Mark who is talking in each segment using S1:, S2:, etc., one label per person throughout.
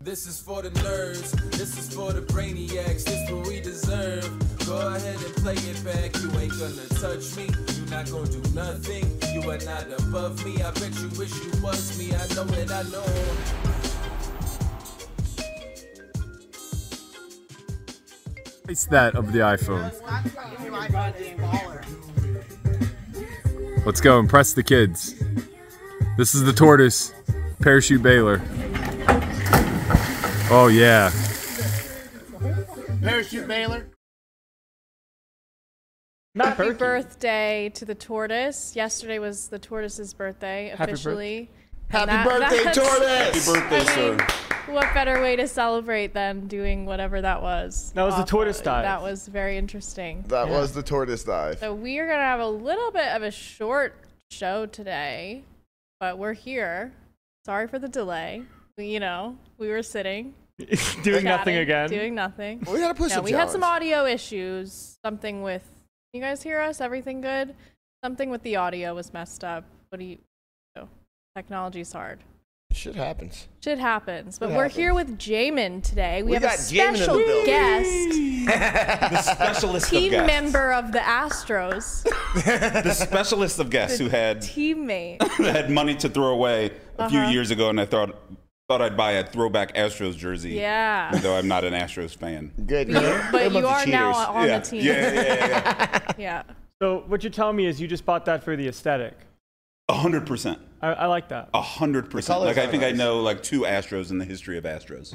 S1: This is for the nerds, this is for the brainiacs, this what we deserve. Go ahead and play it back, you ain't gonna touch me, you not gonna do nothing, you are not above me, I bet you wish you was me, I know it, I know.
S2: It's that of the iPhone. Let's go impress the kids. This is the tortoise, parachute Baylor. Oh yeah.
S3: Parachute Baylor.
S4: Happy birthday to the tortoise. Yesterday was the tortoise's birthday
S5: birthday.
S4: officially.
S3: Happy
S4: That-
S3: birthday,
S4: that's-
S3: Tortoise!
S5: Happy birthday,
S4: I mean,
S5: sir.
S4: What better way to celebrate than doing whatever that was?
S5: That was the
S4: off-
S5: tortoise dive.
S4: That was very interesting.
S3: That was the tortoise dive.
S4: So we are gonna have a little bit of a short show today, but we're here. Sorry for the delay. We, you know, we were sitting,
S5: doing nothing
S4: chatting,
S5: again.
S4: doing nothing.
S3: We had a push
S4: No,
S3: up
S4: we had some audio issues. Something with you guys hear us? Everything good? Something with the audio was messed up. What do you? Oh, technology's hard.
S3: Shit happens.
S4: Shit happens. But
S3: It
S4: we're
S3: happens.
S4: here with Jamin today. We,
S3: We
S4: have
S3: got
S4: a
S3: Jamin in the
S4: special
S3: building.
S4: guest,
S6: the specialist of
S4: team
S6: guests.
S4: member of the Astros,
S6: The specialist of guests who had
S4: teammate.
S6: who had money to throw away a few
S4: Uh-huh.
S6: years ago, and I thought thought I'd buy a throwback Astros jersey.
S4: Yeah.
S6: Though I'm not an Astros fan.
S3: Good.
S4: But you are now on
S6: yeah.
S4: the team.
S6: yeah, yeah, yeah,
S4: Yeah.
S5: So what you're telling me is you just bought that for the aesthetic.
S6: a hundred percent,
S5: I, I like that.
S6: a hundred percent.
S3: colors
S6: Like I
S3: are
S6: think I
S3: nice.
S6: know like two Astros in the history of Astros.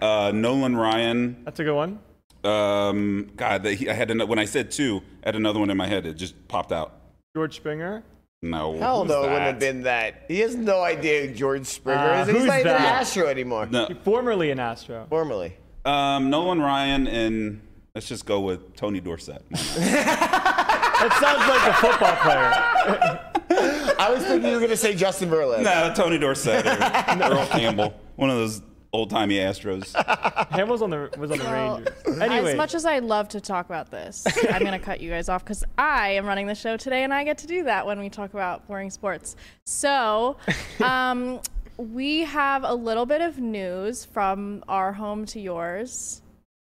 S6: uh, Nolan Ryan.
S5: That's a good one.
S6: Um, God, the, he, I had another, when I said two, I had another one in my head. It just popped out.
S5: George Springer.
S6: No,
S3: Hell
S6: who's
S3: no, it wouldn't
S6: that?
S3: have been that. He has no idea who George Springer
S4: Ah.
S5: Uh,
S3: is. He's
S5: who's
S3: not even an
S5: that?
S3: Astro anymore.
S6: No.
S5: Formerly an Astro.
S3: Formerly.
S6: Um, Nolan Ryan and let's just go with Tony Dorsett.
S5: That sounds like a football player.
S3: I was thinking you were going to say Justin Verlander.
S6: no, Tony Dorsett or Earl Campbell, one of those old timey Astros.
S5: Hamill's on the was on the
S4: Well,
S5: Rangers. Anyway,
S4: As much as I love to talk about this, I'm going to cut you guys off because I am running the show today and I get to do that when we talk about boring sports. So, um, we have a little bit of news from our home to yours.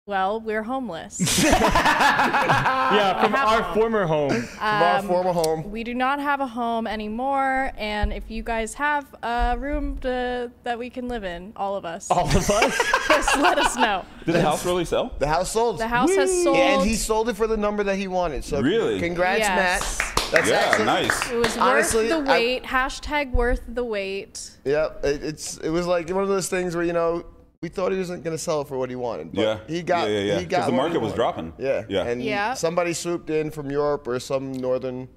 S4: Well, we're homeless.
S5: yeah, from our former home.
S3: From
S4: Um,
S3: our former home.
S4: we do not have a home anymore. And if you guys have a room to, that we can live in, all of us,
S5: All of us.
S4: just let us know.
S6: Did the house really sell?
S3: The house sold.
S4: The house has sold.
S3: Yeah, and he sold it for the number that he wanted. So
S6: Really?
S3: congrats,
S4: Yes.
S3: Matt. That's
S6: yeah,
S3: excellent.
S6: nice.
S4: It was
S3: Honestly,
S4: worth
S3: I-
S4: the wait. Hashtag worth the wait.
S3: Yeah, it, it's it was like one of those things where you know we thought he wasn't going to sell it for what he wanted. But
S6: Yeah.
S3: he got
S6: Yeah, yeah, yeah.
S3: he got
S6: 'Cause the
S3: what he
S6: market was
S3: wanted.
S6: dropping.
S3: Yeah,
S6: Yeah.
S3: and
S4: Yeah.
S3: somebody swooped in from Europe or some northern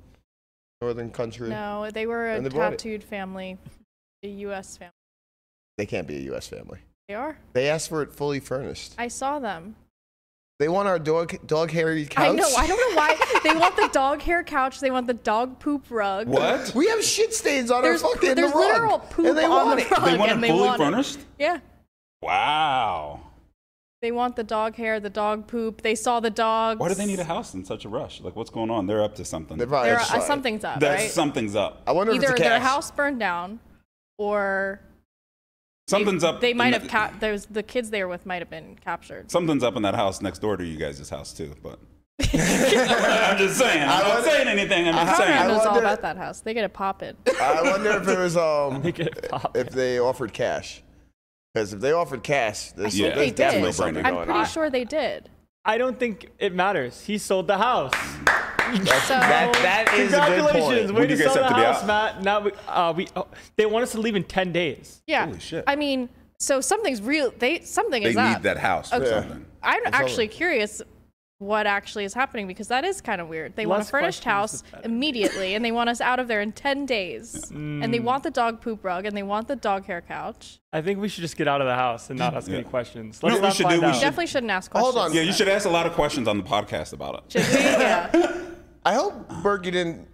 S3: northern country.
S4: No, they were a
S3: And they bought it.
S4: tattooed family, a U.S. family.
S3: They can't be a U.S. family.
S4: They are.
S3: They asked for it fully furnished.
S4: I saw them.
S3: They want our dog dog hairy couch.
S4: I know. I don't know why they want the dog hair couch. They want the dog poop rug.
S6: What?
S3: We have shit stains on
S4: There's-
S3: our fucking
S4: there's
S3: the rug,
S4: literal poop
S3: and they
S4: on
S3: want
S4: the
S3: it.
S4: rug.
S6: They want
S4: Again,
S6: it
S4: they
S6: fully
S4: want it.
S6: furnished?
S4: Yeah.
S6: Wow.
S4: They want the dog hair, the dog poop. They saw the dogs.
S6: Why do they need a house in such a rush? Like, what's going on? They're up to something.
S3: They probably
S4: There
S3: have
S4: are,
S3: shit.
S4: something's up,
S6: That's
S4: right?
S6: something's up.
S3: I wonder if
S4: uh, Either
S3: it's a
S4: their
S3: cash.
S4: house burned down, or
S6: Something's up.
S4: they might
S6: in
S4: have
S6: that-
S4: cap. Those the kids they were with might have been captured.
S6: Something's up in that house next door to you guys' house too. But I'm just saying. I'm not saying anything. I'm just
S4: Conrad
S6: saying.
S4: knows all
S3: wonder-
S4: about that house. They get it popping.
S3: I wonder if it was um
S5: Make it pop.
S3: if they offered cash. Because if they offered cash, there's,
S6: think
S3: there's
S4: they
S3: definitely
S6: did.
S3: something
S4: I'm
S3: going
S4: pretty
S3: on.
S4: sure they did.
S5: I don't think it matters. He sold the house.
S4: So
S3: That, that is a good
S5: Congratulations,
S3: point.
S5: way
S6: When
S5: to
S6: do you guys
S5: sell the
S6: have to be
S5: house,
S6: out?
S5: Matt. Now we, uh, we oh, they want us to leave in ten days.
S4: Yeah.
S6: Holy shit.
S4: I mean, so something's real. They something
S6: They
S4: is
S6: need
S4: up.
S6: that house for
S4: Okay.
S6: something.
S4: I'm actually curious what actually is happening because that is kind of weird. They want a
S5: Less
S4: furnished house
S5: questions, the better.
S4: immediately, and they want us out of there in ten days. And they
S5: Mm.
S4: want the dog poop rug, and they want the dog hair couch.
S5: I think we should just get out of the house and not ask any
S6: Yeah.
S5: questions.
S6: You know
S5: Let's
S6: what we
S5: not
S6: should do?
S5: find
S6: We
S5: out.
S4: You definitely shouldn't ask questions.
S3: Hold on.
S6: Yeah, you should ask a lot of questions on the podcast about it.
S4: Should we? Yeah.
S3: I hope Berkey didn't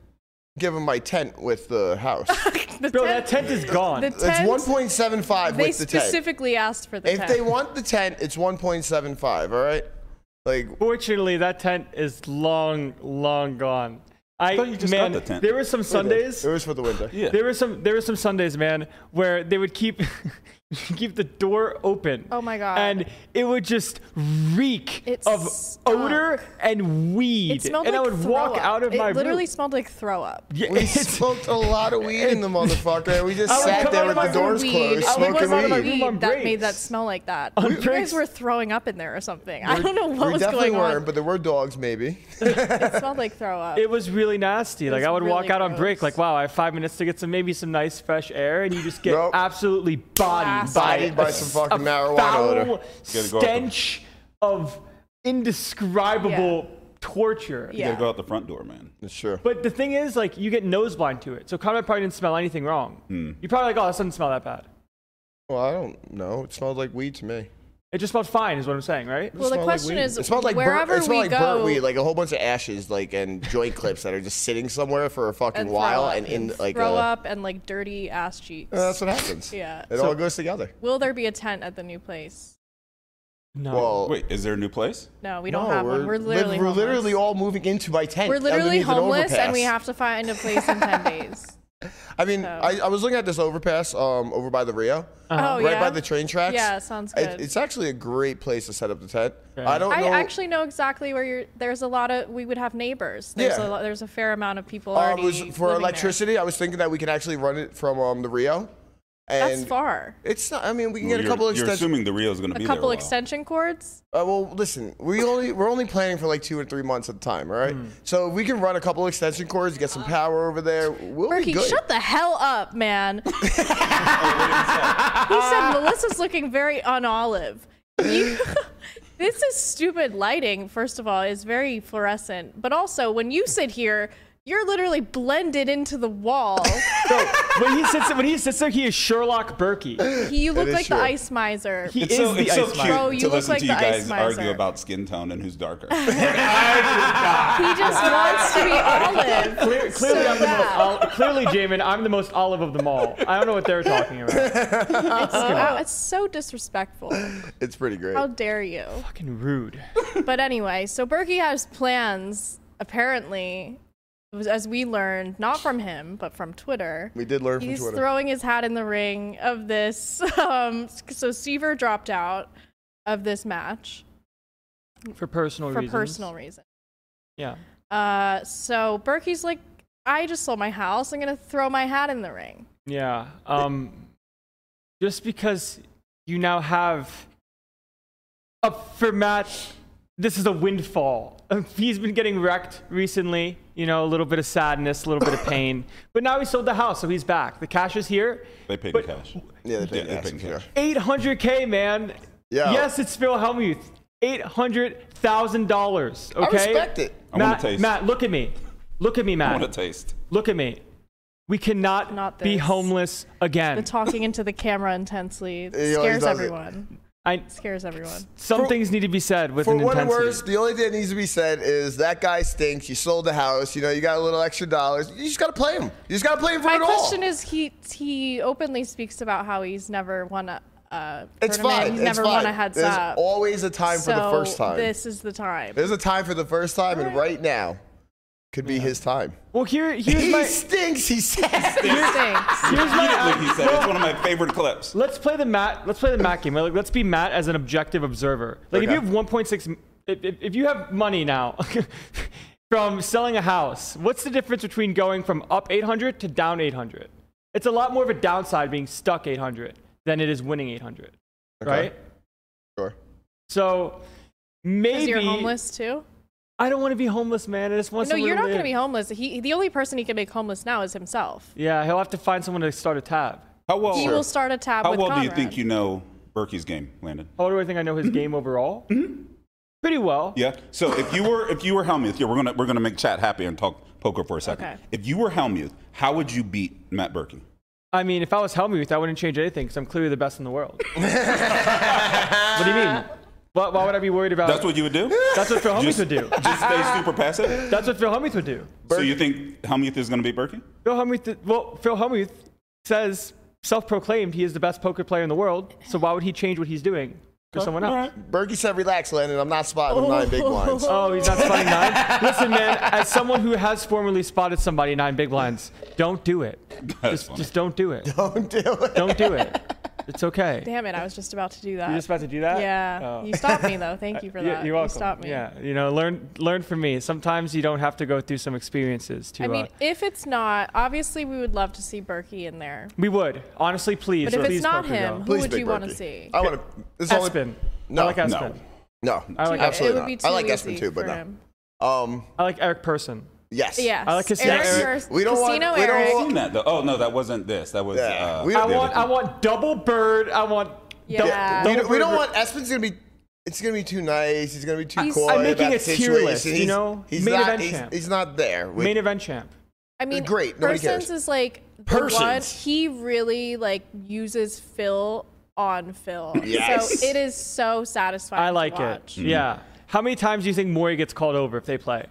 S3: give him my tent with the house.
S4: The
S5: Bro, that
S4: tent,
S5: tent is gone.
S4: the
S3: It's
S4: tent,
S3: 1.75
S4: They
S3: with the tent.
S4: specifically asked for the
S3: If
S4: tent.
S3: they want the tent, it's 1.75. All right, like
S5: Fortunately, that tent is long, long gone. I,
S6: thought you just
S5: man,
S6: got the tent.
S5: there were some Sundays.
S3: it was for the winter.
S6: Yeah.
S5: There were some there were some Sundays, man, where they would keep keep the door open.
S4: Oh my God.
S5: And it would just reek
S4: It
S5: of
S4: stunk.
S5: odor and weed.
S4: It smelled
S5: and
S4: like
S5: I would
S4: throw
S5: walk
S4: up.
S5: out of
S4: it
S5: my
S4: literally
S5: room.
S4: smelled like throw up.
S5: Yeah,
S3: We
S5: it's-
S3: smoked a lot of weed in the motherfucker. We just
S5: I would
S3: sat
S5: come
S3: there
S5: out of
S3: with
S5: my
S3: the
S5: room
S3: doors
S4: weed. Oh,
S5: I
S3: closed,
S5: would
S3: smoking
S5: come out of my
S3: weed.
S5: room on
S4: Weed that made that
S5: breaks.
S4: smell like that.
S5: On
S4: you
S5: breaks.
S4: guys were throwing up in there or something. I don't know what
S3: We
S4: was
S3: definitely
S4: going
S3: weren't,
S4: on.
S3: but there were dogs, maybe.
S4: It smelled like throw up.
S5: It was really nasty. Like
S4: was
S5: I would walk
S4: really
S5: out on break,
S4: gross.
S5: like wow, I have five minutes to get some maybe some nice fresh air, and you just get
S3: Nope.
S5: absolutely bodied
S4: Blasted.
S5: by,
S3: Bodied by
S5: a
S3: some
S5: s-
S3: fucking
S5: a
S3: marijuana
S5: foul
S3: odor. Gotta
S6: go out the-
S5: stench of indescribable torture.
S4: Yeah.
S6: You gotta go out the front door, man.
S3: Sure.
S5: But the thing is, like you get nose blind to it, so Conrad probably didn't smell anything wrong.
S3: Hmm.
S5: You probably like, oh, this doesn't smell that bad.
S3: Well, I don't know. It smelled like weed to me.
S5: It just smelled fine, is what I'm saying, right?
S4: well, the
S3: smelled
S4: question
S3: weed.
S4: is,
S3: it smelled like
S4: wherever
S3: burnt, it smelled
S4: we
S3: like burnt
S4: go,
S3: weed, like a whole bunch of ashes, like and joint clips that are just sitting somewhere for a fucking
S4: and
S3: while,
S4: throw up
S3: and in like
S4: throw
S3: a,
S4: up and like dirty ass cheeks.
S3: Yeah, that's what happens.
S4: Yeah.
S3: it all goes together.
S4: Will there be a tent at the new place?
S5: No.
S3: Well,
S6: Wait, is there a new place?
S4: No, we don't have one. We're
S3: li-
S4: literally
S3: we're
S4: homeless.
S3: literally all moving into my tent.
S4: We're literally
S3: underneath an
S4: homeless, and
S3: overpass.
S4: we have to find a place in ten days.
S3: I mean,
S4: so-
S3: I, I was looking at this overpass um over by the Rio,
S4: Oh
S3: Uh-huh. right
S4: yeah.
S3: by the train tracks.
S4: Yeah, sounds
S3: It-
S4: good.
S3: it's actually a great place to set up the tent.
S5: Okay.
S3: I don't
S4: I
S3: know.
S4: actually know exactly where you're. There's a lot of. We would have neighbors. There's a
S3: Yeah.
S4: lot, There's a fair amount of people
S3: uh,
S4: already.
S3: it was for
S4: living there.
S3: electricity. I was thinking that we can actually run it from um the Rio. And
S4: That's far.
S3: It's not. I mean, we can
S6: Well,
S3: get a
S6: you're,
S3: couple
S6: you're
S3: extensions.
S6: assuming the Rio's gonna
S4: A
S6: be
S4: couple
S6: there. a while.
S4: extension cords.
S3: Uh, well, listen, we only we're only planning for like two or three months at a time. All right.
S4: Hmm.
S3: So if we can run a couple extension cords, get some power over there. We'll be
S4: Berkey,
S3: good.
S4: Uh, shut the hell up, man.
S3: Oh,
S4: he said Melissa's looking very unolive. You, this is stupid lighting. First of all, is very fluorescent, but also when you sit here, you're literally blended into the wall.
S5: when he sits when he sits there, he is Sherlock Berkey.
S4: He- you look
S3: is
S4: like
S3: true.
S4: the ice miser.
S5: He
S6: It's
S5: is
S6: so,
S5: the
S6: it's so
S5: ice
S6: cute
S5: man.
S4: Bro, you
S6: to
S4: look
S6: listen
S4: like
S6: to you
S4: the
S6: guys
S4: Ice
S6: argue
S4: Miser.
S6: about skin tone and who's darker.
S4: he just wants to be olive.
S5: Clear- clearly,
S4: so
S5: I'm the most,
S4: bad.
S5: ol- clearly, Jamin, I'm the most olive of them all. I don't know what they're talking about.
S4: Wow, it's so disrespectful.
S3: It's pretty great.
S4: How dare you?
S5: Fucking rude.
S4: But anyway, so Berkey has plans, apparently, as we learned, not from him, but from Twitter.
S3: we did learn from
S4: He's
S3: Twitter.
S4: throwing his hat in the ring of this. Um, so Seaver dropped out of this match
S5: For personal
S4: for
S5: reasons.
S4: personal reasons.
S5: Yeah.
S4: Uh, so Berkey's like, I just sold my house. I'm going to throw my hat in the ring.
S5: Yeah. Um, just because you now have up for Matt, this is a windfall. He's been getting wrecked recently. You know, a little bit of sadness, a little bit of pain. But now he sold the house, so he's back. The cash is here.
S6: they paid
S5: But-
S6: in cash.
S3: yeah, they paid
S6: Yeah, they
S3: us,
S6: paid in
S3: yeah.
S6: cash.
S5: 800k, man.
S3: Yeah.
S5: Yes, it's Phil Hellmuth. Eight hundred thousand dollars.
S3: I
S5: Okay.
S3: respect it.
S6: I want
S5: Matt,
S6: a taste.
S5: Matt, look at me. Look at me,
S6: I want a
S5: Matt.
S6: taste.
S5: Look at me. We cannot
S4: Not
S5: be
S4: this.
S5: homeless again.
S4: The talking into the camera intensely it
S3: He always
S4: scares
S3: does it.
S4: everyone.
S5: I,
S4: Scares everyone.
S5: some
S3: For-
S5: things need to be said with
S3: For
S5: an
S3: what
S5: intensity.
S3: it's worth, the only thing that needs to be said is that guy stinks. You sold the house. You know, you got a little extra dollars. You just got to play him. You just got to play him for
S4: My
S3: it all.
S4: question is, he he openly speaks about how he's never won a uh,
S3: it's
S4: tournament.
S3: fine.
S4: He's
S3: it's
S4: never
S3: fine.
S4: won a heads
S3: There's
S4: up.
S3: always a time for the
S4: So
S3: first time.
S4: This is the time.
S3: There's a time for the first time, and right now could be his time.
S5: Well, here, here's
S3: He
S5: my, here's
S3: stinks. He says.
S4: Thanks.
S5: my.
S6: Like he said, it's one of my favorite clips.
S5: Let's play the Matt. Let's play the Matt game. Like, let's be Matt as an objective observer. Like, if
S3: Okay.
S5: you have 1.6, m- if, if, if you have money now from selling a house, what's the difference between going from up 800 to down 800? It's a lot more of a downside being stuck 800 than it is winning 800, right?
S3: Sure.
S5: So
S4: Because
S5: maybe
S4: you're homeless too.
S5: I don't want to be homeless, man. I just want
S4: No,
S5: somewhere
S4: you're
S5: to
S4: not going to
S5: live.
S4: be homeless. He the only person he can make homeless now is himself.
S5: Yeah, he'll have to find someone to start a tab.
S6: How well,
S4: He will start a tab
S6: how
S4: with
S6: well do you
S4: Conrad.
S6: think you know Berkey's game, Landon?
S5: How do I think I know his game overall? Pretty well.
S6: Yeah. So if you were if you were Helmuth, yeah, we're gonna we're gonna make chat happy and talk poker for a second.
S4: Okay.
S6: If you were Helmuth, how would you beat Matt Berkey?
S5: I mean, if I was Helmuth, I wouldn't change anything because I'm clearly the best in the world. what do you mean? Why, why would I be worried about?
S6: That's what you would do.
S5: That's what Phil Hellmuth
S6: Just-
S5: would do.
S6: Just stay super passive.
S5: That's what Phil Hellmuth would do.
S6: So you think Helmuth is gonna beat Berkey?
S5: Phil Hellmuth. Well, Phil Hellmuth says, self-proclaimed, he is the best poker player in the world. So why would he change what he's doing for someone else?
S6: All right.
S3: Berkey said, "Relax, Landon. I'm not spotting them nine big blinds."
S5: Oh, he's not spotting nine. Listen, man, as someone who has formerly spotted somebody nine big blinds, don't do it.
S6: That's
S5: Just,
S6: funny.
S5: just don't do it.
S3: Don't do it.
S5: Don't do it. It's okay.
S4: Damn it! I was just about to do that.
S5: You're just about to do that?
S4: yeah.
S5: Oh.
S4: You stopped me though. Thank you for
S5: Yeah,
S4: that.
S5: You're welcome.
S4: You stopped me.
S5: Yeah, you know, learn learn from me. Sometimes you don't have to go through some experiences to.
S4: I mean,
S5: uh,
S4: if it's not, obviously we would love to see Berkey in there.
S5: we would honestly, please.
S4: But if
S5: please
S4: it's not
S5: Poker
S4: him,
S5: Go.
S4: who
S3: Please
S4: would
S3: Big
S4: you want to
S3: Berkey.
S4: see?
S3: I want to. It's only-
S5: Aspen.
S3: No,
S5: I like Aspen.
S6: No.
S3: no,
S5: I like
S3: absolutely
S4: it would
S3: not.
S4: be too
S3: I like
S4: easy
S3: Aspen too, but
S4: for
S3: no.
S4: him.
S3: Um,
S5: I like Eric Person.
S3: yes.
S4: Yes.
S5: I like Casino
S4: Eric
S5: Eric.
S4: versus-
S3: We don't want-
S4: Casino
S3: we don't
S4: Eric.
S3: want-
S6: seen that though. Oh no, that wasn't this. That was.
S3: Yeah.
S6: Uh,
S3: We-
S6: the
S5: I
S6: other
S5: want I
S6: thing.
S5: want double bird. I want.
S4: Yeah.
S5: Double,
S4: Yeah.
S3: We
S5: double
S3: don't, we
S5: bird
S3: don't
S5: ver-
S3: want Espen's gonna be. It's gonna be too nice. He's gonna be too
S4: He's-
S3: coy.
S4: I'm
S5: making
S3: about
S5: a
S3: the
S5: tier list,
S3: situation.
S5: you
S3: He's-
S5: know?
S3: he's
S5: Main
S3: not.
S5: event
S3: he's,
S5: champ.
S3: he's not there. We-
S5: main event champ.
S4: I mean,
S3: great, nobody
S4: Persons
S3: cares.
S4: is like the one
S3: Persons.
S4: he really like uses Phil on Phil.
S3: Yes.
S4: So it is so satisfying.
S5: I
S4: to
S5: like
S4: watch.
S3: Mm-hmm.
S5: it. Yeah. How many times do you think Maury gets called over if they play?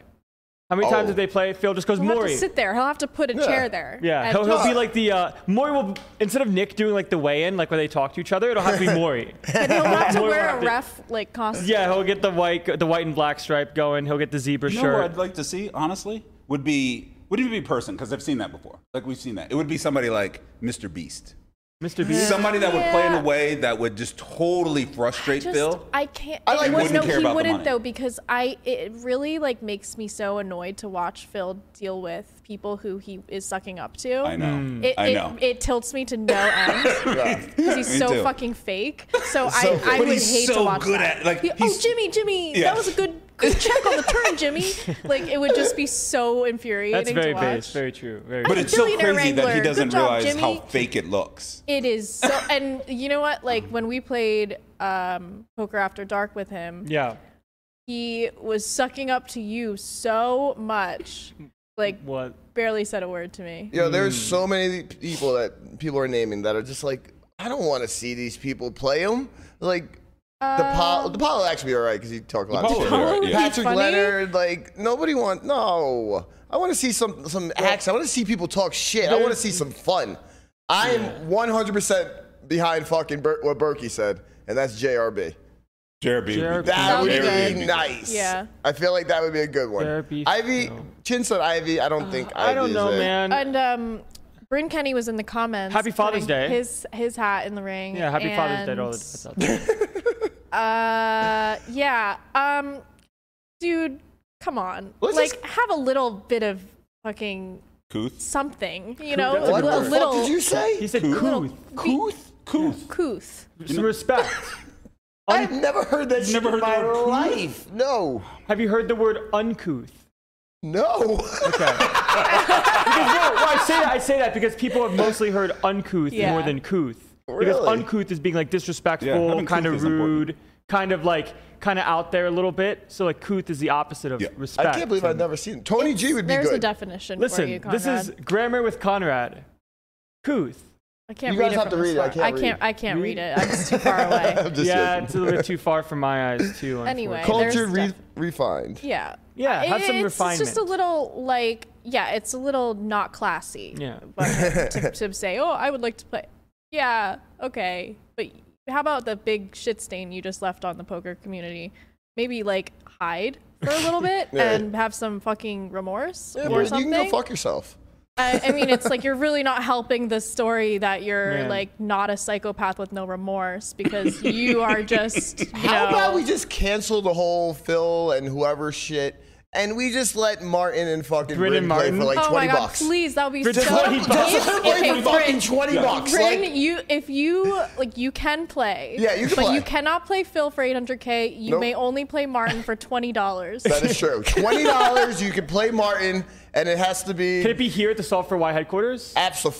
S5: How many times
S3: Oh.
S5: if they play? Phil just goes
S4: He'll have
S5: Maury.
S4: to sit there. He'll have to put a chair there.
S5: Yeah,
S4: And
S5: he'll, he'll
S4: just-
S5: be like the uh, Maury will instead of Nick doing like the weigh-in, like where they talk to each other, it'll have to be Maury.
S4: and he'll have to
S5: Maury will
S4: wear
S5: have
S4: a
S5: to-
S4: ref like costume.
S5: yeah, he'll get the white, the white and black stripe going. He'll get the zebra
S6: You know what
S5: shirt.
S6: I'd like to see, honestly, would be would even be person because I've seen that before. Like we've seen that. It would be somebody like Mr. Beast,
S5: Mr. Beast.
S6: somebody that would play in
S4: Yeah.
S6: a way that would just totally frustrate
S4: Just,
S6: Phil.
S4: I can't.
S3: I like
S4: it was,
S3: wouldn't
S4: no,
S6: care
S4: he
S6: about the
S4: wouldn't
S6: money.
S4: though because I it really like makes me so annoyed to watch Phil deal with people who he is sucking up to.
S6: I know. Mm.
S4: It,
S6: I
S4: it,
S6: know.
S4: it tilts me to no end because he's
S6: Me
S4: so
S6: too.
S4: fucking fake. So, I, I
S6: But
S4: would
S6: he's
S4: hate to
S6: so
S4: watch
S6: good
S4: that.
S6: at- like,
S4: He- oh
S6: he's-
S4: Jimmy, Jimmy,
S6: Yeah.
S4: that was a good, good check on the turn, Jimmy. Like it would just be so infuriating
S5: That's
S4: to
S5: very
S4: watch.
S5: base, very true. Very
S6: but
S5: true.
S6: it's so
S4: Billionaire
S6: crazy that he
S4: Wrangler.
S6: doesn't
S4: Good job,
S6: realize how
S4: Jimmy.
S6: fake it looks.
S4: It is so, and you know what? Like when we played um, poker after dark with him,
S5: yeah.
S4: he was sucking up to you so much, like
S5: What?
S4: barely said a word to me.
S3: You know, there's
S6: Hmm.
S3: so many people that people are naming that are just like, I don't want to see these people play him. Like, the Paul, the Paul actually be all right because he talk a lot.
S6: Paul
S3: of
S6: would
S3: shit.
S6: be all right,
S4: Paul would
S6: yeah.
S4: be
S3: Patrick
S4: funny.
S3: Leonard, like nobody want. No, I want to see some some acts. I want to see people talk shit. I want to see some fun. I am 100 percent behind fucking Ber- what Berkey said, and that's JRB.
S6: Jeremy.
S5: Jeremy.
S3: That would
S4: That'd be
S3: be
S4: good.
S3: nice.
S4: Yeah.
S3: I feel like that would be a good one.
S5: JRB,
S3: Ivy,
S5: no.
S3: Chin said Ivy. I don't think Ivy
S5: I don't
S3: is
S5: know,
S3: it.
S5: man.
S4: And um, Bryn Kenny was in the comments.
S5: Happy Father's
S4: putting
S5: Day.
S4: His his hat in the ring.
S5: yeah, happy Father's Day to all the dads
S4: and,
S5: out there.
S4: Uh, yeah. Um, dude, come on.
S3: Let's
S4: like,
S3: just-
S4: have a little bit of fucking
S6: Cooth.
S4: something. You know,
S5: Cougar.
S4: a
S3: What
S4: li-
S3: the
S4: a little.
S3: fuck did you say?
S5: He said Cooth.
S6: Cooth. Cooth.
S4: Couth.
S5: Some respect.
S3: I've never heard that shit
S6: never
S3: in
S6: heard the
S3: my
S6: word cool?
S3: life. No,
S5: Have you heard the word uncouth?
S3: no.
S5: Because, no, well, I say that I say that because people have mostly heard uncouth
S4: Yeah.
S5: more than couth. Because
S3: Really?
S5: uncouth is being like disrespectful,
S6: Yeah, having
S5: kind
S6: couth
S5: of
S6: is important.
S5: rude, kind of like kind of out there a little bit. So like couth is the opposite of
S6: Yeah.
S5: respect.
S3: I can't believe I've never seen Tony G would be
S4: There's a
S3: good.
S4: definition for you,
S5: Listen,
S4: Conrad.
S5: this is grammar with Conrad. Couth.
S4: I can't
S3: You
S4: read
S3: guys
S4: it
S3: have
S4: from
S3: to
S4: this
S3: read it. I
S4: far.
S3: can't
S4: I can't.
S3: read.
S4: I can't
S5: Read-
S4: read it. I'm just too far away.
S3: I'm just
S5: yeah,
S3: joking.
S5: it's a little bit too far from my eyes too.
S4: Anyway,
S5: unfortunately.
S3: culture
S4: There's
S3: re-
S4: def-
S3: refined.
S4: Yeah.
S5: Yeah, have
S4: It-
S5: some
S4: it's, It's just a
S5: refinement.
S4: little like yeah, it's a little not classy.
S5: Yeah.
S4: But to, to say, oh, I would like to play. Yeah, okay, but how about the big shit stain you just left on the poker community? Maybe like hide for a little bit
S3: Yeah.
S4: and have some fucking remorse
S3: Yeah,
S4: or
S3: but you
S4: something.
S3: can go fuck yourself.
S4: I, I mean, it's like you're really not helping the story that you're
S5: Man.
S4: like not a psychopath with no remorse because you are just. You
S3: How
S4: know,
S3: about we just cancel the whole Phil and whoever shit, and we we just let Martin and fucking
S5: Bryn
S3: Bryn
S5: and
S3: play
S5: Martin?
S3: for like
S4: oh my
S3: twenty
S4: god!
S3: bucks.
S4: Please, that would be
S5: For
S4: so.
S5: 20 bucks.
S3: Just
S4: If-
S3: let her play
S4: okay,
S3: for fucking
S4: Bryn,
S3: twenty
S6: Yeah.
S3: bucks.
S4: Bryn,
S3: like,
S4: you if you like you can play.
S3: Yeah, you can
S4: But
S3: play.
S4: you cannot play Phil for 800k. You
S3: Nope.
S4: may only play Martin for twenty dollars.
S3: that is true. Twenty dollars, you can play Martin, and it has to be
S5: Can it be here at the Solve for Y headquarters?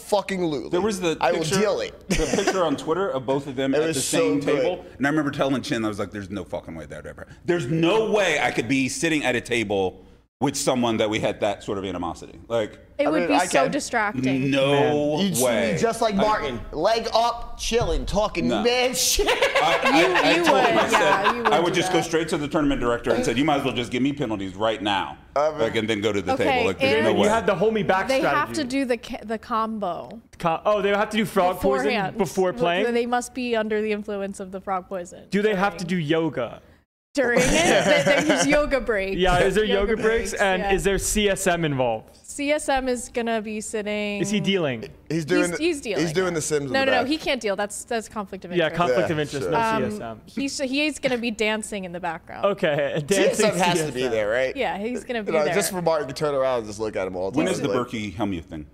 S3: absolutely.
S6: There was the
S3: I will
S6: picture,
S3: deal late.
S6: the picture on Twitter of both of them at
S3: was
S6: the
S3: so
S6: same
S3: good.
S6: table, and I remember telling Chin, I was like, "There's no fucking way that would ever. There's no way I could be sitting at a table with someone that we had that sort of animosity. Like,
S4: it would
S3: mean,
S4: be
S3: I
S4: so
S3: can.
S4: distracting.
S6: no
S3: You treat
S6: way.
S3: me just like Martin, leg up, chilling, talking
S6: No.
S3: mad shit.
S6: I, I, I
S4: you
S6: told
S4: would,
S6: him, I said,
S4: yeah, you would
S6: I would
S4: do
S6: just go
S4: that.
S6: straight to the tournament director and said, "You might as well just give me penalties right now, like, and then go to the
S4: Okay,
S6: table. Like, there's
S4: Aaron,
S6: no
S5: You
S6: way."
S5: had the hold me back
S4: They
S5: strategy.
S4: have to do the ca- the combo
S5: Co- oh, they have to do frog
S4: beforehand
S5: poison before playing.
S4: They must be under the influence of the frog poison.
S5: do they have to do yoga?
S4: during it. There- There's yoga breaks.
S5: Yeah, is there yoga, breaks, and
S4: yeah.
S5: is there CSM involved?
S4: CSM is gonna be sitting?
S5: Is he dealing?
S3: He's doing.
S4: He's-
S3: the-
S4: he's dealing,
S3: He's doing
S4: yeah.
S3: the Sims. in
S4: No,
S3: the
S4: no, no.
S3: back.
S4: He can't deal. That's that's conflict of
S5: Yeah,
S4: interest.
S5: conflict
S3: Yeah,
S5: of interest,
S3: sure.
S5: no
S4: Um,
S5: CSM.
S4: he's he's gonna be dancing in the background.
S5: Okay, dancing
S3: CSM has to be
S5: CSM.
S3: there, right?
S4: Yeah, he's gonna be
S3: You know,
S4: there.
S3: just for Martin to turn around and just look at him all the time.
S6: When is the
S3: like,
S6: Berkey Helmuth thing?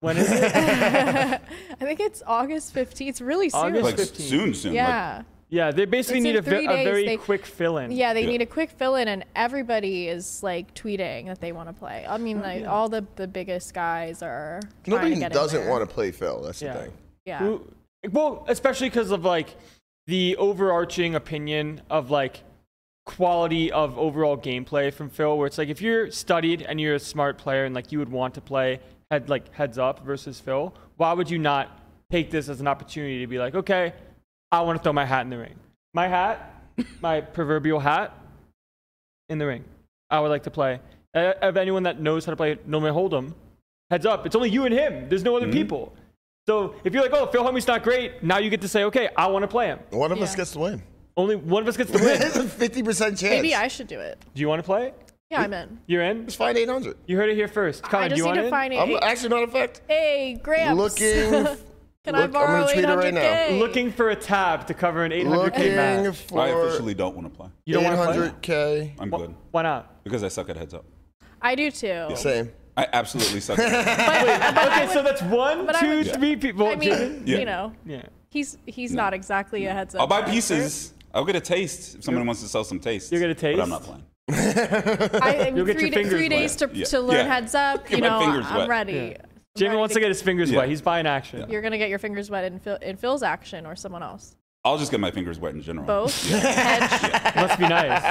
S5: When is it?
S4: I think it's August 15th. It's really soon.
S5: August
S6: Like
S5: 15.
S6: soon, soon.
S4: yeah.
S5: Yeah, they basically
S4: It's in
S5: need a, ve-
S4: three
S5: a
S4: days,
S5: very
S4: they-
S5: quick fill-in.
S4: Yeah, they
S6: Yeah.
S4: need a quick fill in, and everybody is like tweeting that they want to play. I mean, like, all the, the biggest guys are. trying
S3: Oh, Nobody
S4: to get
S3: doesn't
S4: want
S3: want to play Phil. That's
S5: Yeah.
S3: the thing.
S4: Yeah.
S5: Who- well, especially because of like the overarching opinion of like quality of overall gameplay from Phil, where it's like if you're studied and you're a smart player and like you would want to play head like heads up versus Phil, why would you not take this as an opportunity to be like, okay, I want to throw my hat in the ring, my hat, my proverbial hat, in the ring. I would like to play. Uh, Of anyone that knows how to play No Man Hold'em, heads up, it's only you and him. There's no other people. So if you're like, oh, Phil Hellmuth's not great, now you get to say, okay, I want to play him.
S3: One of us
S4: Yeah.
S3: gets to win.
S5: Only one of us gets to win.
S3: It's a fifty percent chance.
S4: Maybe I should do it.
S5: Do you want to play?
S4: Yeah, I'm in.
S5: You're in.
S3: just find eight hundred.
S5: You heard it here first. Colin,
S4: I
S5: do
S4: just
S5: you
S4: need
S5: want
S4: to
S5: in?
S4: find
S3: I'm
S4: it.
S3: actually, matter of fact,
S4: Hey, Gramps.
S3: looking.
S4: Can
S3: look-
S4: I
S3: I'm gonna
S4: borrow
S3: tweet it right now.
S4: 800K?
S5: Looking for a tab to cover an 800k
S3: looking
S5: match.
S3: for
S6: I officially don't want to play.
S5: You don't want to play?
S3: 800k.
S6: I'm good
S5: Why not?
S6: because I suck at heads up.
S4: I do too.
S3: Same.
S6: I absolutely suck. at heads up.
S5: Okay, so that's one,
S4: I
S5: two,
S4: would-
S6: Yeah.
S5: three people.
S4: I
S5: Jaden?
S4: mean,
S6: Yeah.
S4: you know,
S5: yeah.
S4: he's he's not exactly a heads up.
S6: I'll buy
S4: guy.
S6: pieces. I'll get a taste if someone wants to sell some taste.
S5: You're gonna
S6: But
S5: taste?
S6: I'm not playing.
S4: I, I mean,
S5: You'll get
S4: three,
S5: your
S4: da-
S5: fingers
S4: three
S5: wet.
S4: days to,
S6: Yeah.
S4: to learn
S6: Yeah.
S4: heads up.
S6: Get
S4: You
S6: my
S4: know,
S6: fingers
S4: I'm
S6: wet.
S4: ready. I'm
S5: Jamie
S4: ready
S5: wants to get his fingers
S6: Yeah.
S5: wet. He's buying action.
S4: You're gonna get your fingers wet in Phil, in Phil's action or someone else.
S6: I'll just get my fingers wet in general.
S4: Both. Hedge.
S5: Must be nice.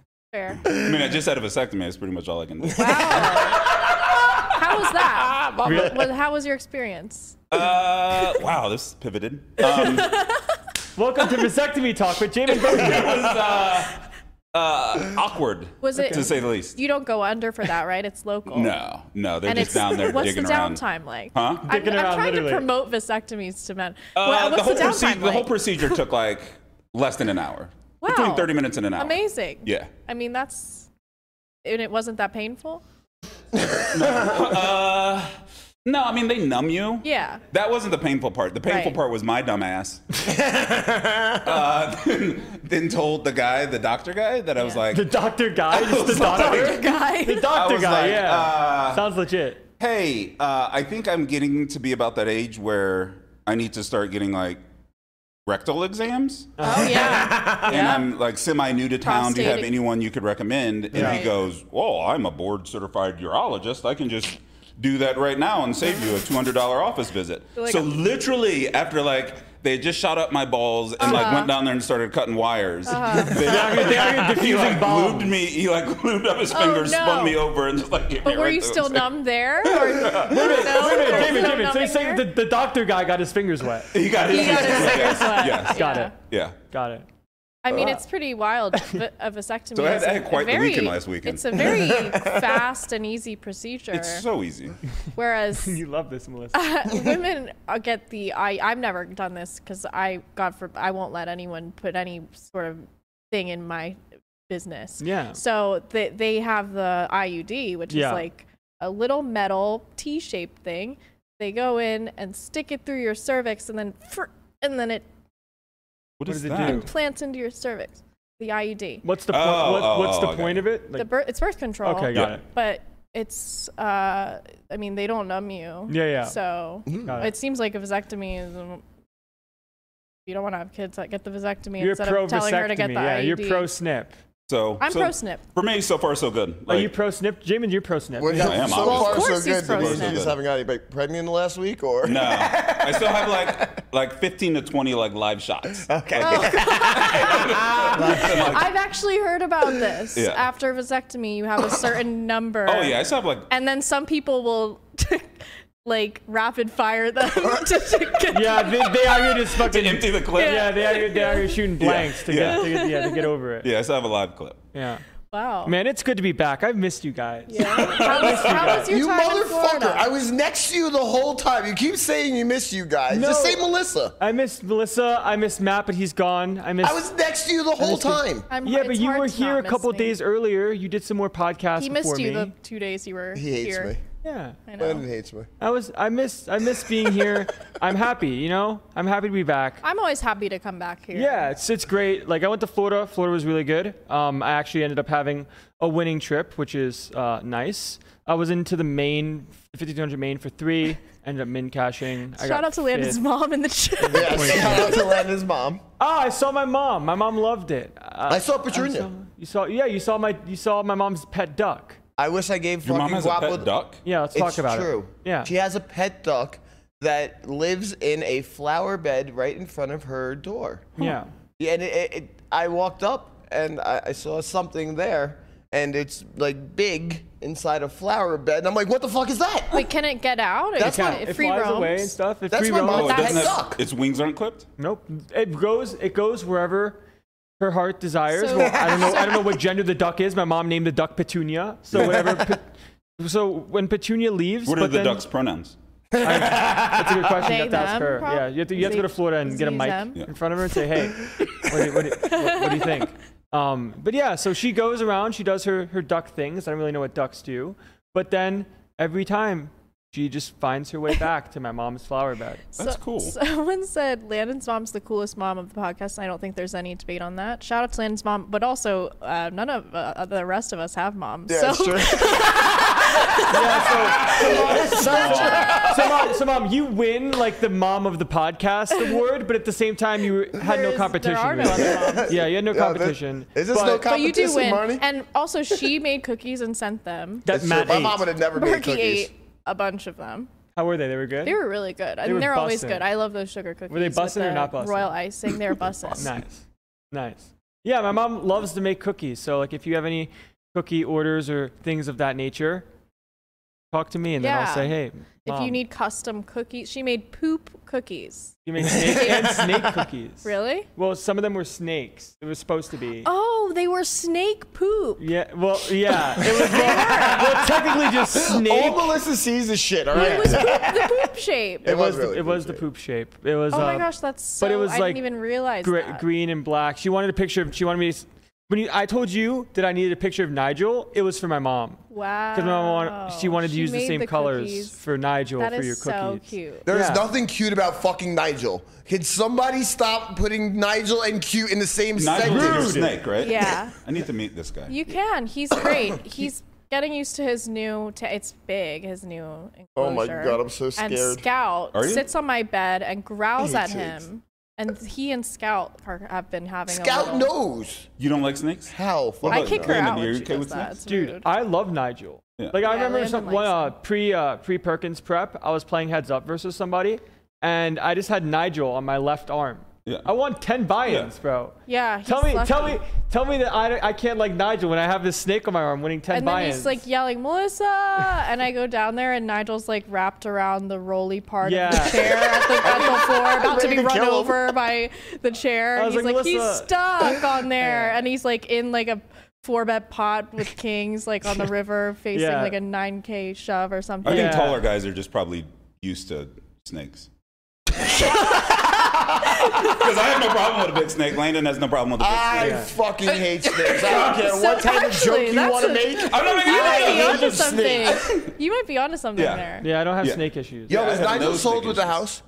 S4: Fair.
S6: I mean, I just had a vasectomy. That's pretty much all I can do.
S4: How was that? Was- How was your experience?
S6: uh, wow, this pivoted. Um,
S5: Welcome to vasectomy talk with Jamin Burton.
S6: it was uh, uh, awkward,
S4: Was it-
S6: to say the least.
S4: You don't go under for that, right? It's local.
S6: no, no, they're
S4: And
S6: just
S4: it's
S6: down there
S4: what's
S6: digging
S4: the
S6: around.
S4: downtime like?
S6: Huh?
S4: I'm,
S5: Digging
S4: I'm
S5: around,
S4: trying
S5: literally.
S4: to promote vasectomies to men.
S6: Uh,
S4: Well,
S6: the
S4: what's
S6: whole
S4: the,
S6: proce-
S4: downtime
S6: the whole
S4: like?
S6: procedure took like less than an hour.
S4: Wow.
S6: Between 30 minutes and an hour.
S4: Amazing.
S6: Yeah.
S4: I mean, that's and it wasn't that painful.
S6: Uh, no, I mean they numb you.
S4: Yeah.
S6: That wasn't the painful part. The painful
S4: Right.
S6: part was my dumb ass. uh, then, then told the guy, the doctor guy, that I was
S4: Yeah.
S6: like,
S5: The doctor guy, just the
S6: was like-
S5: doctor.
S4: Guy.
S5: The
S6: I
S5: doctor
S6: was
S5: guy,
S6: like,
S5: yeah.
S6: uh,
S5: Sounds legit.
S6: hey, uh, I think I'm getting to be about that age where I need to start getting like rectal exams.
S4: Oh yeah.
S6: And I'm like semi new to town. Do you have
S4: Prostate-
S6: anyone you could recommend? And
S4: Right.
S6: he goes, Well, I'm a board certified urologist. I can just do that right now and save you a $200 office visit.
S4: Like-
S6: so, literally, after like, they had just shot up my balls and
S4: Uh-huh.
S6: like went down there and started cutting wires. They- he like lubed me. He like lubed up his fingers,
S4: Oh, no.
S6: spun me over, and just like. gave me
S4: But
S6: a
S4: were
S6: right
S4: you
S6: to-
S4: still numb there? Or, wait
S5: Wait a minute, Jamin, Jamin. So you're saying the, the doctor guy got his fingers wet.
S6: He got his
S4: He got his
S6: wet.
S4: fingers wet.
S6: Yes.
S5: Got
S4: Yeah.
S5: it.
S6: Yeah.
S5: Got it.
S4: I mean, it's pretty wild. v- A vasectomy.
S6: uh, So I had-
S4: is a
S6: I had quite the
S4: very-
S6: weekend last weekend.
S4: It's a very fast and easy procedure.
S6: It's so easy.
S4: whereas
S5: You love this, Melissa.
S4: women uh, get the I. I've never done this because I, God for, I won't let anyone put any sort of thing in my business.
S5: Yeah.
S4: So they they have the IUD, which
S5: Yeah.
S4: is like a little metal T-shaped thing. They go in and stick it through your cervix, and then fr- and then it
S6: What
S5: does
S6: is
S5: it
S6: that?
S5: do?
S4: plants into your cervix. The IUD.
S5: What's the, po-
S6: Oh,
S5: what,
S6: oh,
S5: what's the
S6: oh, okay.
S5: point of it?
S4: The
S5: Like,
S4: birth, it's birth control.
S5: okay, got
S6: Yeah.
S5: it.
S4: But it's, uh, I mean, they don't numb you.
S5: Yeah, yeah.
S4: So
S3: Mm-hmm.
S5: Got it.
S4: it seems like a vasectomy is. um, you don't want to have kids that get the vasectomy
S5: You're
S4: instead
S5: pro
S4: of telling her to
S5: vasectomy.
S4: get the E
S5: Yeah,
S4: IUD.
S5: you're pro snip.
S6: So
S4: I'm
S6: so
S4: pro snip.
S6: For me, so far so good.
S5: Are
S6: Like,
S5: you pro snip? Jamin, you're pro snip.
S3: When-
S6: I am,
S3: so
S6: obviously.
S3: far,
S6: Of
S3: so
S4: course he's
S3: good. Did you-
S4: frozen.
S3: You just haven't got anybody pregnant in the last week, or
S6: No, I still have like like 15 to 20 like live shots.
S3: Okay.
S4: I've actually heard about this.
S6: Yeah.
S4: After vasectomy, you have a certain number.
S6: Oh yeah, I still have like
S4: And then some people will, like, rapid fire them to get
S5: Yeah, they, they are here just
S6: to
S5: fucking.
S6: empty the clip.
S5: Yeah, they are here, they are here shooting blanks to,
S6: Yeah.
S5: Get, to get yeah to get over it.
S6: Yeah, I still have a live clip.
S5: Yeah.
S4: Wow.
S5: Man, it's good to be back. I've missed you guys.
S4: Yeah. How was, how was your
S3: You
S4: time in
S3: motherfucker!
S4: Florida?
S3: I was next to you the whole time. You keep saying you missed you guys. Just
S5: No.
S3: say Melissa.
S5: I missed Melissa. I missed Matt, but he's gone. I missed.
S3: I was next to you the whole
S5: missed you.
S3: time.
S4: I'm-
S5: yeah,
S4: it's
S5: but you
S4: hard
S5: were
S4: to not
S5: here a
S4: miss
S5: couple
S4: me.
S5: days earlier. You did some more podcasts
S4: He missed
S5: before
S4: you
S5: me.
S4: the two days you were
S3: He hates
S4: here.
S3: me.
S5: yeah,
S4: I know.
S3: Brandon hates me.
S5: I was. I missed. I missed being here. I'm happy. You know, I'm happy to be back.
S4: I'm always happy to come back here.
S5: Yeah, it's it's great. Like I went to Florida. Florida was really good. Um, I actually ended up having a winning trip, which is uh, nice. I was into the main 5200 main for three. Ended up min cashing. I
S4: Shout
S5: got
S4: out to Landon's
S5: fifth.
S4: mom in the chat.
S3: Yes. Shout out to Landon's mom.
S5: Ah, I saw my mom. My mom loved it. Uh,
S3: I saw Petunia.
S5: saw- you saw, yeah, you saw my, you saw my mom's pet duck.
S3: I wish I gave
S6: Your mom
S3: fucking
S6: has a
S3: Guapo.
S6: pet duck.
S5: Yeah, let's talk
S3: it's
S5: about
S3: true.
S5: it. Yeah.
S3: She has a pet duck that lives in a flower bed right in front of her door.
S5: yeah.
S3: Yeah, and it, it, it, I walked up and I, I saw something there, and it's like big inside a flower bed, and I'm like, what the fuck is that?
S4: Wait, can it get out?
S3: That's
S4: it,
S3: my-
S4: it
S5: It
S4: free
S5: flies
S4: roams.
S5: away and stuff. It
S3: That's
S5: free
S3: my
S5: roams.
S3: mom.
S6: Oh, it
S3: That's
S6: doesn't have,
S3: suck.
S6: its wings aren't clipped.
S5: Nope. It goes. It goes wherever her heart desires.
S4: So-
S5: well, I don't know. I don't know what gender the duck is. My mom named the duck Petunia. So whatever. Pe- so when Petunia leaves,
S6: What
S5: but
S6: are the
S5: then,
S6: duck's pronouns?
S5: That's a good question. you
S4: They,
S5: have to ask
S4: them,
S5: her.
S4: prob-
S5: yeah, you have to, you have to go to Florida and get a
S4: Z-
S5: mic
S4: them.
S5: in front of her and say, "Hey, what do, what do, what, what do you think?" Um, but yeah, so she goes around. She does her her duck things. I don't really know what ducks do, but then every time she just finds her way back to my mom's flower bed.
S6: That's cool.
S4: Someone said Landon's mom's the coolest mom of the podcast, and I don't think there's any debate on that. Shout out to Landon's mom, but also uh, none of uh, the rest of us have moms. so
S5: So mom, so mom, you win like the mom of the podcast award, but at the same time you had no
S4: there's-
S5: competition.
S4: There are no
S5: with it.
S4: other moms.
S5: yeah, you had no competition.
S3: Is this
S5: but
S3: no
S4: But you
S3: competition,
S4: do win.
S3: Marnie?
S4: And also, she made cookies and sent them.
S5: that
S3: That's
S5: Matt
S3: true. My
S5: ate.
S3: mom would have never made
S4: Berkey
S3: cookies.
S4: ate a bunch of them.
S5: How were they? They were good.
S4: They were really good. I
S5: They
S4: mean,
S5: were
S4: they're always
S5: bussin'.
S4: good. I love those sugar cookies.
S5: they
S4: with
S5: bussin' or
S4: the
S5: not bussin'?
S4: Royal icing. They're bussin'.
S5: nice, nice. Yeah, my mom loves to make cookies. So like, if you have any cookie orders or things of that nature, talk to me and then
S4: Yeah.
S5: I'll say, hey,
S4: If you
S5: Mom,
S4: need custom cookies, she made poop cookies.
S5: you make snake and snake cookies.
S4: Really?
S5: Well, some of them were snakes. It was supposed to be.
S4: Oh, they were snake poop.
S5: Yeah. Well, yeah. It was well, well, technically just snake.
S3: All Melissa sees is shit, all
S4: It was
S3: right?
S4: poop, the poop shape.
S5: it was,
S3: was really
S5: the, it was the
S3: poop
S5: poop shape. It was.
S4: oh
S5: uh,
S4: my gosh, that's so.
S5: but it was
S4: I
S5: like
S4: didn't even realize
S5: gre-
S4: that.
S5: green and black. She wanted a picture of. She wanted me. To, s- when you, I told you that I needed a picture of Nigel, it was for my mom.
S4: Wow.
S5: Because my mom wanted, she wanted to use the
S4: Oh, made
S5: same colors
S4: cookies.
S5: for Nigel
S4: That
S5: for
S4: is
S5: your
S4: so
S5: cookies.
S4: cute.
S3: There's
S5: Yeah.
S3: nothing cute about fucking Nigel. Can somebody stop putting Nigel and cute in the same
S6: Nigel is your
S3: sentence?
S6: snake, right?
S4: Yeah.
S6: I need to meet this guy.
S4: You can. He's great. He's getting used to his new. T- it's big. His new enclosure.
S3: Oh my God, I'm so
S4: And
S3: scared.
S4: Scout
S6: Are you?
S4: sits on my bed and growls
S3: I
S4: at
S3: hate snakes.
S4: him. And he and Scout are, have been having. a
S3: Scout
S4: little,
S3: knows.
S6: You don't like snakes?
S3: How? fuck
S4: I
S6: Look,
S4: kick her
S6: Brandon,
S4: out
S6: you're
S4: when she
S6: okay
S4: does
S6: with
S4: that.
S6: snakes?
S4: It's
S5: Dude,
S4: rude.
S5: I love Nigel.
S6: Yeah.
S5: Like
S4: Yeah,
S5: I remember
S4: Landon
S5: some,
S4: likes
S5: one uh, pre uh, pre Perkins prep, I was playing heads up versus somebody, and I just had Nigel on my left arm.
S6: Yeah.
S5: I won ten buy-ins,
S6: Yeah.
S5: bro.
S4: Yeah, he's
S5: Tell me, tell
S4: lucky.
S5: me, tell me that I, don't- I can't like Nigel when I have this snake on my arm, winning ten
S4: And then
S5: buy-ins.
S4: he's like yelling, Melissa! And I go down there, and Nigel's like wrapped around the rolly part of
S5: Yeah.
S4: the chair at the, at the floor, about to be
S3: Ready to
S4: run
S3: kill him.
S4: over by the chair. And
S5: I was
S4: he's
S5: like,
S4: like, he's
S5: "Melissa."
S4: stuck on there. And he's like in like a four bet pot with kings, like on the river, facing
S5: Yeah.
S4: like a 9K shove or
S6: I
S4: something.
S5: Yeah.
S6: think taller guys are just probably used to snakes. Because I have no problem with a big snake. Landon has no problem with a big
S3: I
S6: snake.
S3: fucking hate snakes. I don't care
S4: So
S3: what type
S4: actually,
S3: of joke you
S4: that's
S3: want
S4: a-
S3: to make.
S6: I'm not making
S4: you
S6: I
S4: might be
S6: hate
S4: onto
S6: the snake.
S4: something. you might be onto something
S6: Yeah.
S4: there. Is
S5: yeah, I don't have
S6: Yeah.
S5: snake issues.
S3: Yo,
S6: Yeah, I
S3: is
S6: have
S3: Nigel
S6: no
S3: sold
S6: snake
S3: with the
S6: issues.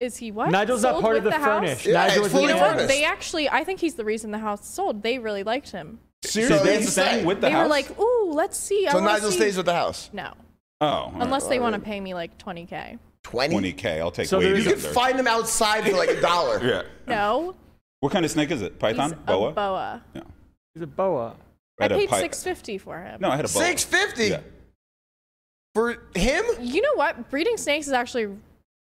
S3: house?
S4: he what?
S5: Nigel's
S4: sold
S5: not part of
S4: with
S5: the,
S4: house?
S5: furnish.
S3: Yeah,
S5: Nigel
S3: it's
S5: is
S3: fully
S4: You know what?
S3: furnished.
S4: They actually, I think he's the reason the house sold. They really liked him.
S3: So
S6: Seriously,
S3: it's the
S6: sang
S3: same.
S6: with the
S4: They
S6: house.
S4: were like, ooh, let's see. I
S3: So
S4: wanna
S3: Nigel
S4: see.
S3: stays with the house.
S4: No.
S6: oh, all right.
S4: Unless they want to pay me like 20K.
S3: 20?
S6: 20k. I'll take
S5: So
S6: wages.
S5: there's-
S3: You
S5: You
S3: can
S6: under.
S3: find them outside for like a dollar.
S6: Yeah.
S4: No.
S6: What kind of snake is it?
S4: He's
S6: Python?
S4: a
S6: boa?
S4: boa.
S6: Yeah.
S5: He's a boa.
S4: I
S6: had a
S4: paid
S6: pi-
S4: 650 for him.
S6: No, I had a boa.
S3: 650
S6: Yeah.
S3: for him?
S4: You know what? Breeding snakes is actually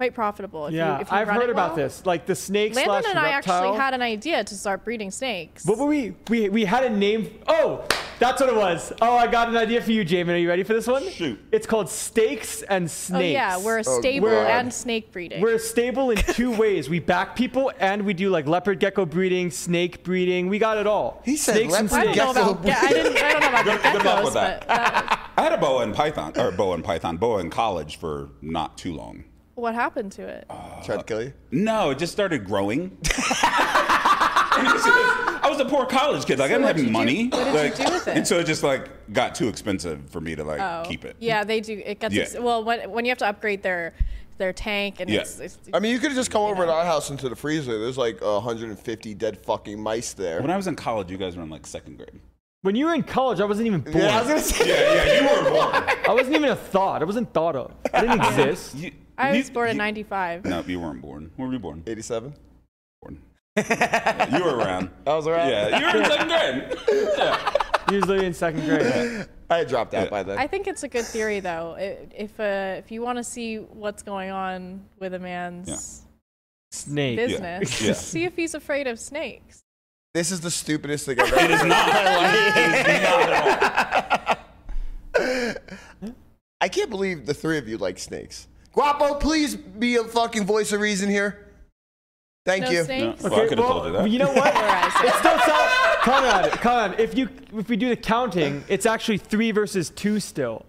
S4: quite profitable. If
S5: yeah,
S4: you, if you
S5: I've
S4: run
S5: heard
S4: it
S5: about
S4: well.
S5: this. Like the snake
S4: Landon
S5: slash
S4: and I
S5: reptile.
S4: actually had an idea to start breeding snakes.
S5: What were we? We we had a name. Oh, That's what it was. Oh, I got an idea for you, Jamin. Are you ready for this one?
S6: Shoot.
S5: It's called Stakes and
S4: Oh
S5: Snakes.
S4: yeah, we're a stable
S3: God.
S4: and snake breeding.
S5: We're stable in two ways. We back people and we do like leopard gecko breeding, snake breeding. We got it all.
S3: He said
S5: Snakes and
S4: I
S3: leopard
S4: don't
S5: snakes.
S4: know
S3: Gecko
S4: about. Yeah, I, didn't, I don't know about the
S6: Good- good luck
S4: geckos,
S6: with
S4: but
S6: that.
S4: that
S6: I had a boa and python, or boa and python, boa in college for not too long.
S4: was, what happened to it?
S6: Oh,
S3: Tried to kill you.
S6: No, it just started growing. I was a poor college kid. Like I didn't
S4: what'd
S6: have
S4: you do-
S6: money.
S4: what did you
S6: like,
S4: do with it?
S6: And so it just like got too expensive for me to like keep it.
S4: Oh. Yeah, they do. It gets
S6: Yeah.
S4: ex- well when when you have to upgrade their their tank and
S6: Yeah.
S4: it's, it's,
S3: I mean, you could have just come over to our house into the freezer. There's like 150 dead fucking mice there.
S6: When I was in college, you guys were in like second grade.
S5: When you were in college, I wasn't even born.
S3: yeah, I
S5: I,
S3: was gonna say.
S6: Yeah, yeah, you were born.
S5: was, not even a thought. I wasn't thought of. I didn't exist.
S6: You-
S4: I
S6: you-
S4: was born in
S6: you-
S4: '95.
S6: No, you weren't born. Where were you born?
S3: 87.
S6: born. Yeah, you were around.
S3: I was around.
S6: Yeah, you were in second grade.
S5: He was literally in second grade.
S3: I had dropped out
S6: Yeah.
S3: by then.
S4: I think it's a good theory though. I- If uh, if you want to see what's going on with a man's
S5: Snake.
S4: business,
S6: Yeah.
S4: see if he's afraid of snakes.
S3: this is the stupidest thing I've ever.
S6: It's not.
S3: I can't believe the three of you like snakes. Guapo, please be a fucking voice of reason here. Thank
S4: No
S3: you.
S4: snakes.
S6: Well, I could have told you that.
S5: You know what?
S4: Polarizing.
S5: Still sound- Conrad, Conrad, if you if we do the counting, it's actually three versus two still.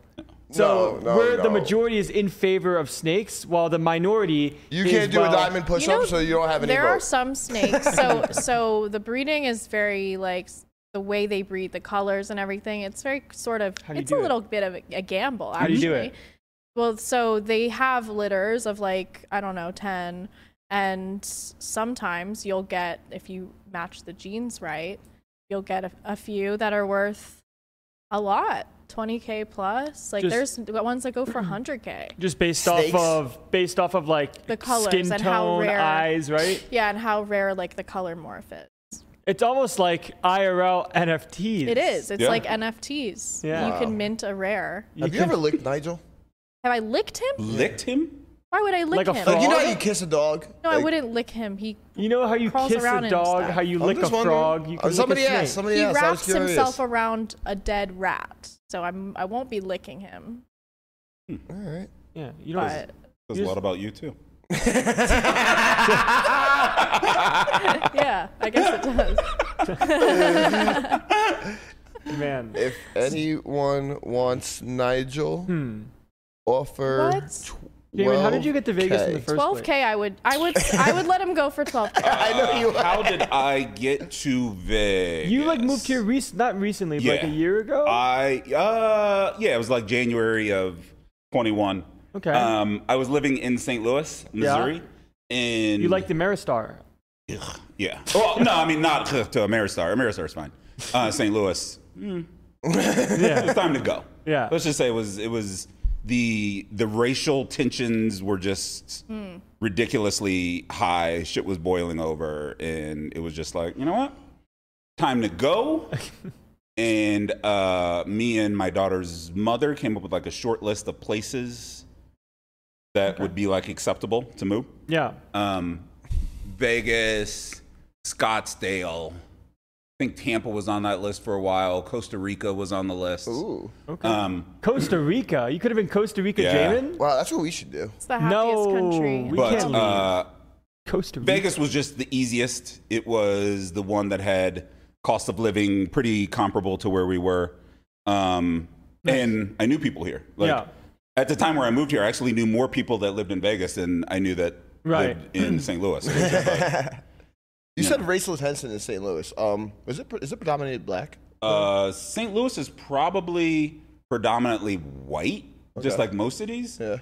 S5: So
S3: No, no,
S5: where the
S3: no.
S5: majority is in favor of snakes, while the minority
S3: You
S5: is,
S3: can't do
S5: well,
S3: a diamond push-up, so you don't have any
S4: there are
S3: vote.
S4: some snakes. So so the breeding is very like s- the way they breed, the colors and everything. It's very sort of
S5: do you
S4: it's
S5: do
S4: a
S5: it?
S4: little bit of a, a gamble. Actually.
S5: How do you do it?
S4: Well, so they have litters of like I don't know ten, and s- sometimes you'll get if you match the genes right, you'll get a, a few that are worth a lot. 20k plus like
S5: Just-
S4: there's ones that go for 100k
S5: Just based
S3: Snakes?
S5: off of based off of like
S4: The colours
S5: skin
S4: and
S5: tone,
S4: how rare.
S5: eyes, right?
S4: yeah and how rare like the color morph is
S5: It's almost like IRL NFTs.
S4: It is. It's
S6: Yeah.
S4: like NFTs.
S5: Yeah.
S4: You can mint a rare.
S5: You
S3: Have you
S5: can-
S3: ever licked Nigel?
S4: Have I licked him?
S6: Licked him?
S4: Why would I lick
S5: Like a
S4: him?
S5: frog?
S3: Like you know how you kiss a dog?
S4: no, I
S3: Like,
S4: wouldn't lick him. He
S5: You know how you
S4: Crawls
S5: kiss
S4: around
S5: a
S4: and
S5: dog,
S4: stuff.
S5: how you
S3: I'm
S5: lick a
S3: just wondering-
S5: frog, you
S3: Uh,
S5: can
S3: somebody
S5: lick a snake.
S3: asked.
S6: Oh,
S3: Somebody
S4: he
S3: asked. I was
S4: wraps
S3: curious.
S4: himself around a dead rat. So I'm I won't be licking him.
S3: All right.
S5: Yeah, you know.
S4: But
S6: Says a lot about you too.
S4: yeah, I guess it does.
S5: man.
S3: If anyone wants Nigel, offer.
S4: What?
S5: Jamie, Hmm. how did you get to Vegas in the
S3: 12K.
S5: first
S4: Twelve
S5: place?
S4: K I would I would I would let him go for twelve K.
S3: I know you.
S6: How did I get to Vegas?
S5: You like moved here rec- not recently, but like a
S6: Yeah.
S5: year ago?
S6: I uh yeah, it was like January of 21.
S5: Okay.
S6: Um, I was living in St. Louis, Missouri, and
S5: you like the Maristar.
S6: yeah. Well, no, I mean not to Ameristar. Ameristar's fine. Uh, St. Louis,
S5: Yeah.
S6: it's time to go.
S5: Yeah.
S6: Let's just say it was it was the the racial tensions were just ridiculously high. Shit was boiling over, and it was just like, you know what? Time to go. and uh, me and my daughter's mother came up with like a short list of places that would be like acceptable to move.
S5: Yeah.
S6: Um, Vegas, Scottsdale. I think Tampa was on that list for a while. Costa Rica was on the list.
S3: Ooh.
S5: Okay.
S6: Um,
S5: Costa Rica. You could have been Costa Rica,
S6: Yeah.
S5: Jamin.
S3: Wow, that's what we should do.
S4: It's the happiest
S5: No,
S4: country. in
S5: we
S4: the
S6: but
S5: can't
S4: world.
S5: leave.
S6: uh,
S5: Costa Rica.
S6: Vegas was just the easiest. It was the one that had cost of living pretty comparable to where we were. Um, And I knew people here. Like,
S5: Yeah.
S6: At the time where I moved here, I actually knew more people that lived in Vegas than I knew that
S5: Right.
S6: lived in St. Louis. It was just like,
S3: You said racial tension in St. Louis. Um, is it pre- is it predominated black?
S6: Uh, St. Louis is probably predominantly white, just like most cities.
S3: Yeah.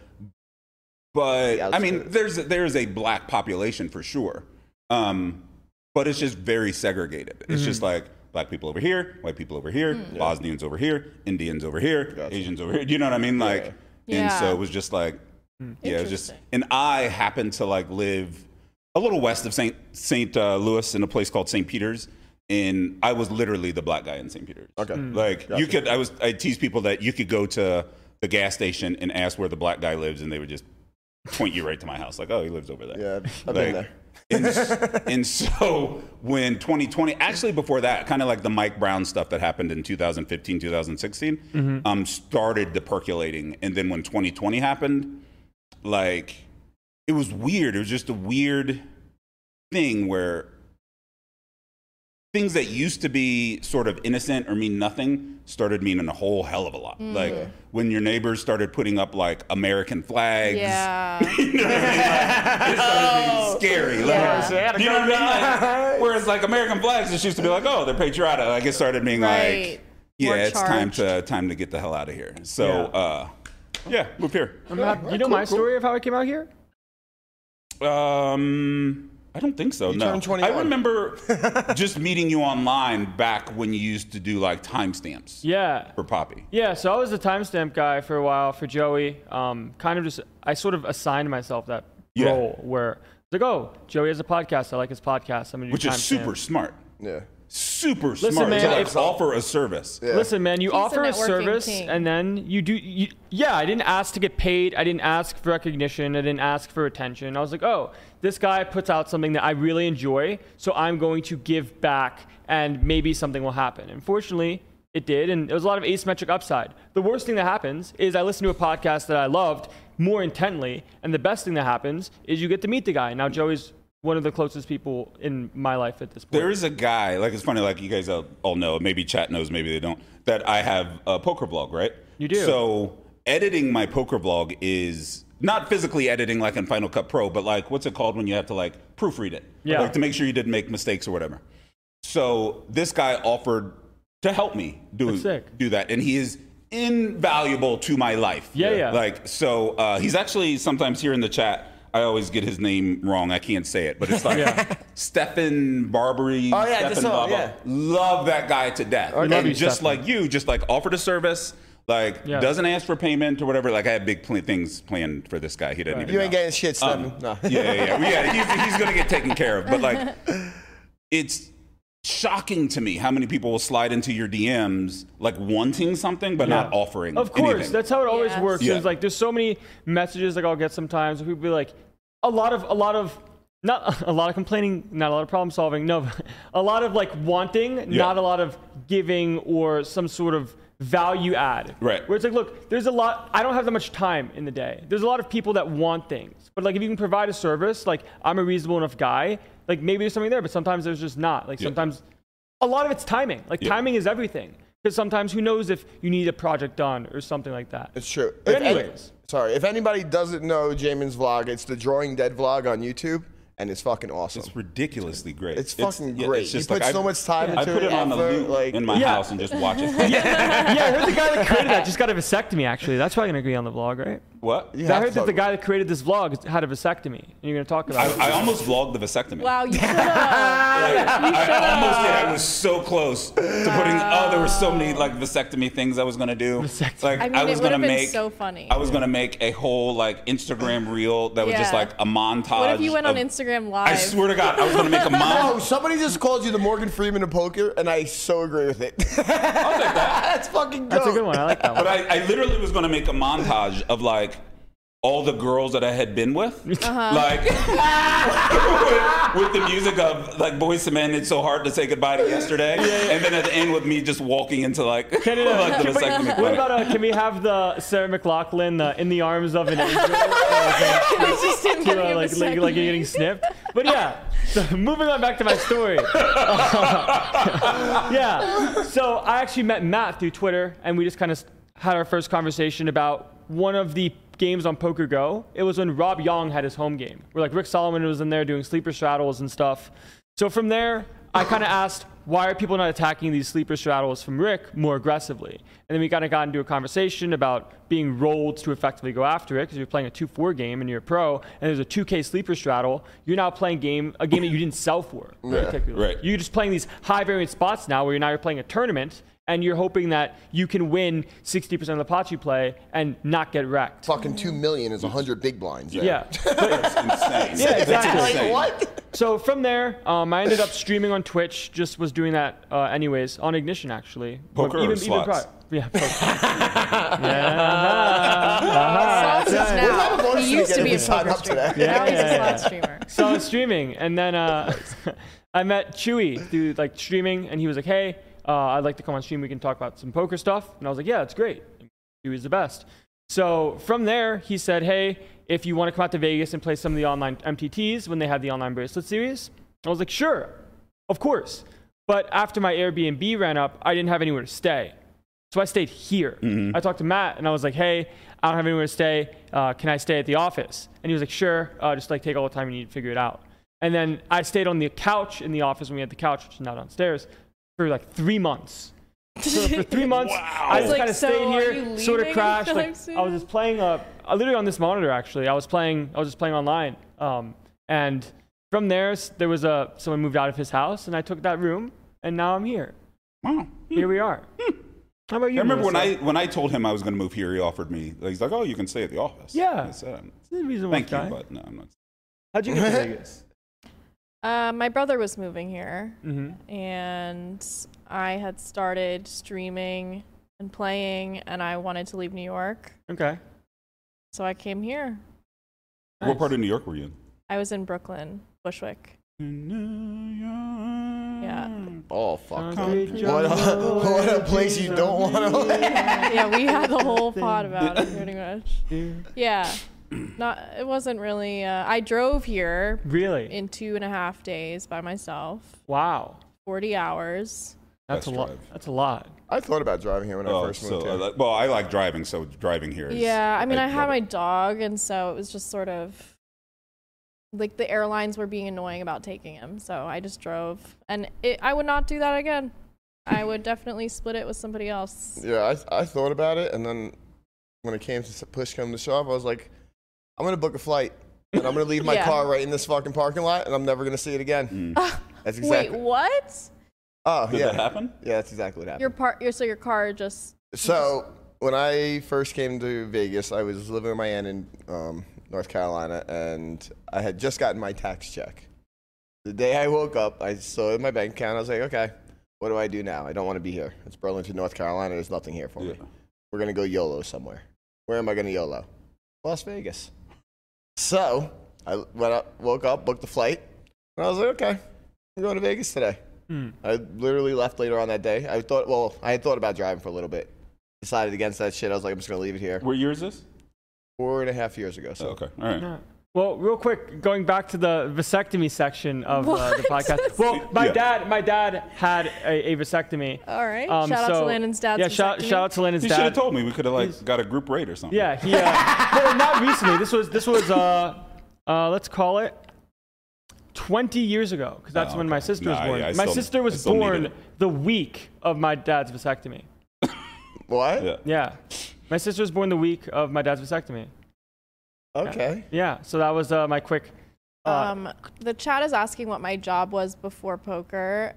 S6: But
S3: Yeah,
S6: I mean,
S3: that's
S6: there's there's a black population for sure. Um, but it's just very segregated. It's just like black people over here, white people over here, Bosnians over here, Indians over here, Asians over here. You know what I mean? Like, and
S4: Yeah.
S6: so it was just like, yeah, it was just. And I happened to like live a little west of Saint Saint uh, Louis in a place called Saint Peter's. And I was literally the black guy in St. Peter's.
S3: Okay. Mm.
S6: Like you could, I was, I tease people that you could go to the gas station and ask where the black guy lives, and they would just point you right to my house. Like, oh, he lives over there.
S3: Yeah, I've- I've been
S6: Like,
S3: there.
S6: And, s- and so when 2020, actually before that, kind of like the Mike Brown stuff that happened in 2015, 2016, um, started the percolating. And then when 2020 happened, like it was weird. It was just a weird thing where things that used to be sort of innocent or mean nothing started meaning a whole hell of a lot.
S3: Mm.
S6: Like when your neighbors started putting up like American flags.
S4: Yeah.
S6: You know what I mean? Like, it
S4: Oh.
S6: started being scary. Like,
S5: Yeah.
S6: You know what I mean? Like, whereas like American flags just used to be like, oh, they're patriotic. Like it started being
S4: Right.
S6: like,
S4: More
S6: yeah, it's time to time to get the hell out of here. So
S5: Yeah.
S6: uh yeah, move here.
S5: I'm not- you know my story of how I came out here?
S6: Um, I don't think so. no,
S3: turned 21.
S6: I remember just meeting you online back when you used to do like timestamps
S5: Yeah.
S6: for Poppy.
S5: Yeah, so I was a timestamp guy for a while for Joey. Um, kind of just, I sort of assigned myself that
S6: Yeah.
S5: role where it's like, oh, Joey has a podcast. I like his podcast. I'm gonna do
S6: which is super
S5: timestamp.
S6: smart,
S3: Yeah.
S6: super smart
S5: man,
S6: to like
S5: if-
S6: offer a service.
S5: Listen, man, you
S4: a
S5: offer a,
S4: networking
S5: service
S4: king.
S5: and then you do. You, yeah, I didn't ask to get paid. I didn't ask for recognition. I didn't ask for attention. I was like, oh, this guy puts out something that I really enjoy, so I'm going to give back and maybe something will happen. And fortunately, it did. And there was a lot of asymmetric upside. The worst thing that happens is I listened to a podcast that I loved more intently. And the best thing that happens is you get to meet the guy. Now, Joey's one of the closest people in my life at this point.
S6: There is a guy, like it's funny, like you guys all all know, maybe chat knows, maybe they don't, that I have a poker blog, right?
S5: You do.
S6: So editing my poker blog is not physically editing like in Final Cut Pro, but like what's it called when you have to like proofread it?
S5: Yeah.
S6: Like to make sure you didn't make mistakes or whatever. So this guy offered to help me do,
S5: That's sick.
S6: do that. And he is invaluable to my life.
S5: Yeah, yeah.
S6: Like, so uh, he's actually sometimes here in the chat. I always get his name wrong. I can't say it, but it's like Stefan Barbary.
S3: Oh, yeah, I just
S6: Stefan
S3: saw it,
S6: blah, blah.
S3: yeah.
S6: Love that guy to death.
S5: love
S6: and
S5: you,
S6: just
S5: Stefan.
S6: like you, just like offered a service, like
S5: Yeah.
S6: doesn't ask for payment or whatever. Like I had big pl- things planned for this guy. He didn't even
S3: You ain't
S6: know.
S3: getting shit, Stephen.
S5: Um,
S3: no.
S6: yeah, yeah, yeah. Well, yeah he's, he's gonna get taken care of. But like, it's shocking to me how many people will slide into your DMs like wanting something but not
S5: Yeah.
S6: offering.
S5: Of course,
S6: anything.
S5: that's how it always
S4: Yes.
S5: works.
S6: Yeah.
S5: It's like there's so many messages like I'll get sometimes. People be like, a lot of a lot of not a lot of complaining, not a lot of problem solving. No, a lot of like wanting, not a lot of giving or some sort of value add.
S6: Right.
S5: Where it's like, look, there's a lot. I don't have that much time in the day. There's a lot of people that want things, but like if you can provide a service, like I'm a reasonable enough guy. Like maybe there's something there, but sometimes there's just not. Like
S6: Yeah.
S5: sometimes a lot of it's timing. Like
S6: Yeah.
S5: timing is everything. Because sometimes who knows if you need a project done or something like that.
S3: It's true.
S5: But
S3: If any-
S5: anyways.
S3: sorry, if anybody doesn't know Jamin's vlog, it's the Drawing Dead vlog on YouTube, and it's fucking awesome.
S6: It's ridiculously great.
S3: It's fucking great.
S6: it's
S3: You put so much time
S6: I
S3: into
S6: put
S3: it,
S6: it on the
S3: effort,
S6: loop
S3: like-
S6: in my
S5: Yeah.
S6: house and just watch it.
S5: yeah, I heard the guy that created that just got a vasectomy. Actually, that's probably gonna be on the vlog, right?
S6: What?
S3: You
S5: I
S3: have to
S5: heard that
S3: talk
S5: the
S3: about
S5: guy that created this vlog had a vasectomy, and you're gonna talk about it.
S6: I, I almost vlogged the vasectomy.
S4: Wow, you should have.
S6: Like, I almost did. I was so close to putting. Oh, there were so many like vasectomy things I was gonna do.
S5: Vasectomy.
S6: Like
S4: I mean,
S6: was
S4: it would
S6: gonna
S4: have been
S6: make.
S4: so funny.
S6: I was gonna make a whole like Instagram reel that was just
S4: Yeah.
S6: like a montage.
S4: What if you went on
S6: of-
S4: Instagram
S6: I
S4: Live?
S6: swear to God, I was gonna make a
S3: Oh,
S6: montage.
S3: somebody just called you the Morgan Freeman of poker, and I so agree with it. That's fucking dope.
S5: That's a good one. I like that one.
S6: But I, I literally was gonna make a montage of like all the girls that I had been with, like with, with the music of like Boys to Men. It's so hard to say goodbye to yesterday, and then at the end with me just walking into like, like
S5: Can it, uh,
S6: the
S5: can we-
S6: vasectomy
S5: what
S6: clinic.
S5: about uh, can we have the Sarah McLaughlin uh, in the arms of an angel?
S4: I was just in
S5: to, uh, like, like, like you're getting snipped. But yeah, so moving on back to my story. yeah, so I actually met Matt through Twitter, and we just kind of had our first conversation about one of the games on Poker Go. It was when Rob Young had his home game, where like Rick Solomon was in there doing sleeper straddles and stuff. So from there, I kind of asked, why are people not attacking these sleeper straddles from Rick more aggressively? And then we kind of got into a conversation about being rolled to effectively go after it because you're playing a 2-4 game and you're a pro, and there's a 2K sleeper straddle. You're now playing game a game that you didn't sell for, particularly.
S6: right.
S5: You're just playing these high variance spots now, where you're now you're playing a tournament and you're hoping that you can win 60% of the pots you play and not get wrecked.
S3: Fucking two million is a hundred big blinds. there.
S5: Yeah.
S6: That's insane.
S5: Yeah, exactly.
S6: That's
S3: Like
S6: insane.
S3: what?
S5: So from there, um, I ended up streaming on Twitch. Just was doing that, uh, anyways, on Ignition actually.
S6: Poker or slots?
S5: yeah, poker.
S4: Sauce is
S3: We're not
S4: now.
S3: emotionally
S4: He used to
S3: getting
S4: be a
S3: signed
S4: poker
S3: up
S4: streamer.
S3: today.
S4: Now he's
S5: Yeah,
S4: a
S5: yeah,
S4: slot streamer.
S5: so I was streaming, and then uh, I met Chewy through like streaming, and he was like, "Hey, uh, I'd like to come on stream. We can talk about some poker stuff." And I was like, "Yeah, that's great. Chewy's the best." So from there, he said, "Hey, if you want to come out to Vegas and play some of the online MTTs when they have the online bracelet series," I was like, "Sure, of course." But after my Airbnb ran up, I didn't have anywhere to stay. So I stayed here.
S6: Mm-hmm.
S5: I talked to Matt and I was like, hey, I don't have anywhere to stay. Uh, can I stay at the office? And he was like, sure. Uh, just like take all the time you need to figure it out. And then I stayed on the couch in the office when we had the couch, which is now downstairs, for like three months. So for three months, I just
S4: Like,
S5: kind of
S4: so
S5: stayed
S4: are
S5: here,
S4: you
S5: sort of
S4: leaving
S5: crashed. Like,
S4: anytime
S5: I was just playing uh, uh, literally on this monitor actually. I was playing, I was just playing online. Um, and from there, s- there was a someone moved out of his house, and I took that room, and now I'm here.
S6: Wow.
S5: Here we are. How about you?
S6: I remember when
S5: Melissa?
S6: I when I told him I was going to move here, he offered me. Like, he's like, "Oh, you can stay at the office."
S5: Yeah.
S6: I said, um,
S5: This is the reason why
S6: "Thank you,
S5: I-
S6: but no, I'm not."
S5: How'd you get to Vegas?
S4: Uh, my brother was moving here,
S5: Mm-hmm.
S4: and I had started streaming and playing, and I wanted to leave New York,
S5: Okay.
S4: so I came here.
S6: What part of New York were you
S4: I was in Brooklyn, Bushwick.
S6: in? Yeah.
S3: Oh fuck.
S5: Concrete
S3: What a,
S5: jungle
S3: what a place you don't want to live.
S4: yeah, we had the whole pod about it, pretty much. Yeah, not. It wasn't really. Uh, I drove here
S5: Really?
S4: in two and a half days by myself,
S5: Wow.
S4: forty hours.
S5: That's a
S6: Test
S5: lot.
S6: drive.
S5: That's a lot.
S3: I thought about driving here when I
S6: Oh,
S3: first
S6: so
S3: moved
S6: I
S3: here.
S6: like, well, I like driving, so driving here. Is,
S4: Yeah, I mean, I, had
S6: love
S4: my
S6: it.
S4: dog, and so it was just sort of like the airlines were being annoying about taking him, so I just drove, and it, I would not do that again. I would definitely split it with somebody else.
S3: Yeah, I, I thought about it, and then when it came to s- push come to shove, I was like, I'm gonna book a flight, and I'm gonna leave my
S4: Yeah.
S3: car right in this fucking parking lot, and I'm never gonna see it again. That's
S4: Wait,
S3: exactly.
S4: what?
S3: oh
S6: Hmm. Did
S3: yeah.
S6: that happen?
S3: Yeah, that's exactly what happened.
S4: Your part, your so your car just
S3: So when I first came to Vegas, I was living with my aunt in um, North Carolina, and I had just gotten my tax check. The day I woke up, I saw it in my bank account. I was like, okay, what do I do now? I don't want to be here. It's Burlington, North Carolina. There's nothing here for me.
S6: Yeah.
S3: We're gonna go YOLO somewhere. Where am I gonna YOLO? Las Vegas. So I went up, woke up, booked the flight, and I was like, okay, I'm going to Vegas today.
S6: Hmm.
S3: I literally left later on that day. I thought, well, I had thought about driving for a little bit. Decided against that shit. I was like, I'm just gonna leave it here.
S6: What year is this?
S3: Four and a half years ago. So
S6: Oh, okay, all right.
S5: Well, real quick, going back to the vasectomy section of uh, the
S4: What?
S5: podcast. Well, my
S6: Yeah.
S5: dad, my dad had a, a vasectomy.
S4: all right.
S5: Um,
S4: shout out
S5: so-
S4: to Landon's dad's
S5: Yeah, shout,
S4: vasectomy.
S5: shout out to Landon's
S6: You should have
S5: dad.
S6: told me. We could have like got a group rate or something.
S5: Yeah, he. Uh, no, not recently. This was this was uh, uh, let's call it. 20 years ago, because that's
S6: Oh,
S5: when my
S6: okay.
S5: sister was
S6: Nah,
S5: born.
S6: yeah, I
S5: my
S6: still-
S5: sister
S6: I
S5: was
S6: still need
S5: born
S6: it.
S5: the week of my dad's vasectomy.
S3: what?
S6: Yeah.
S5: Yeah. My sister was born the week of my dad's vasectomy.
S3: Okay.
S5: Yeah. So that was uh, my quick. Uh,
S4: Um, the chat is asking what my job was before poker.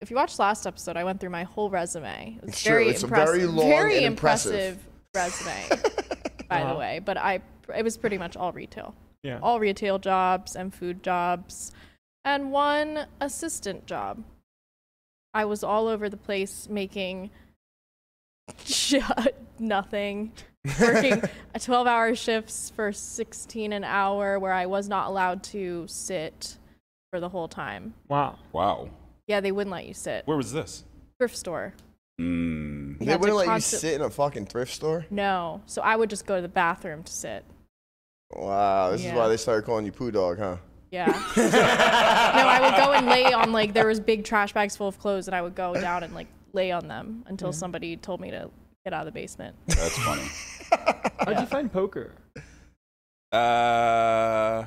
S4: If you watched last episode, I went through my whole resume. It was
S3: It's true.
S4: very
S3: It's a
S4: impressive.
S3: very long
S4: very
S3: and
S4: impressive, resume, by the way. But I, it was pretty much all retail,
S5: yeah.
S4: all retail jobs and food jobs, and one assistant job. I was all over the place making nothing working 12 hour shifts for 16 an hour where I was not allowed to sit for the whole time.
S5: wow.
S6: Wow.
S4: Yeah, they wouldn't let you sit.
S6: Where was this?
S4: Thrift store.
S6: Mm.
S3: They
S4: had to
S3: wouldn't let
S4: constant-
S3: you sit in a fucking thrift store.
S4: No. So I would just go to the bathroom to sit.
S3: Wow. This is
S4: Yeah.
S3: why they started calling you poo dog, huh?
S4: Yeah. no, I would go and lay on like there was big trash bags full of clothes and I would go down and like lay on them until somebody told me to get out of the basement.
S6: That's funny.
S5: How'd you find poker?
S6: uh,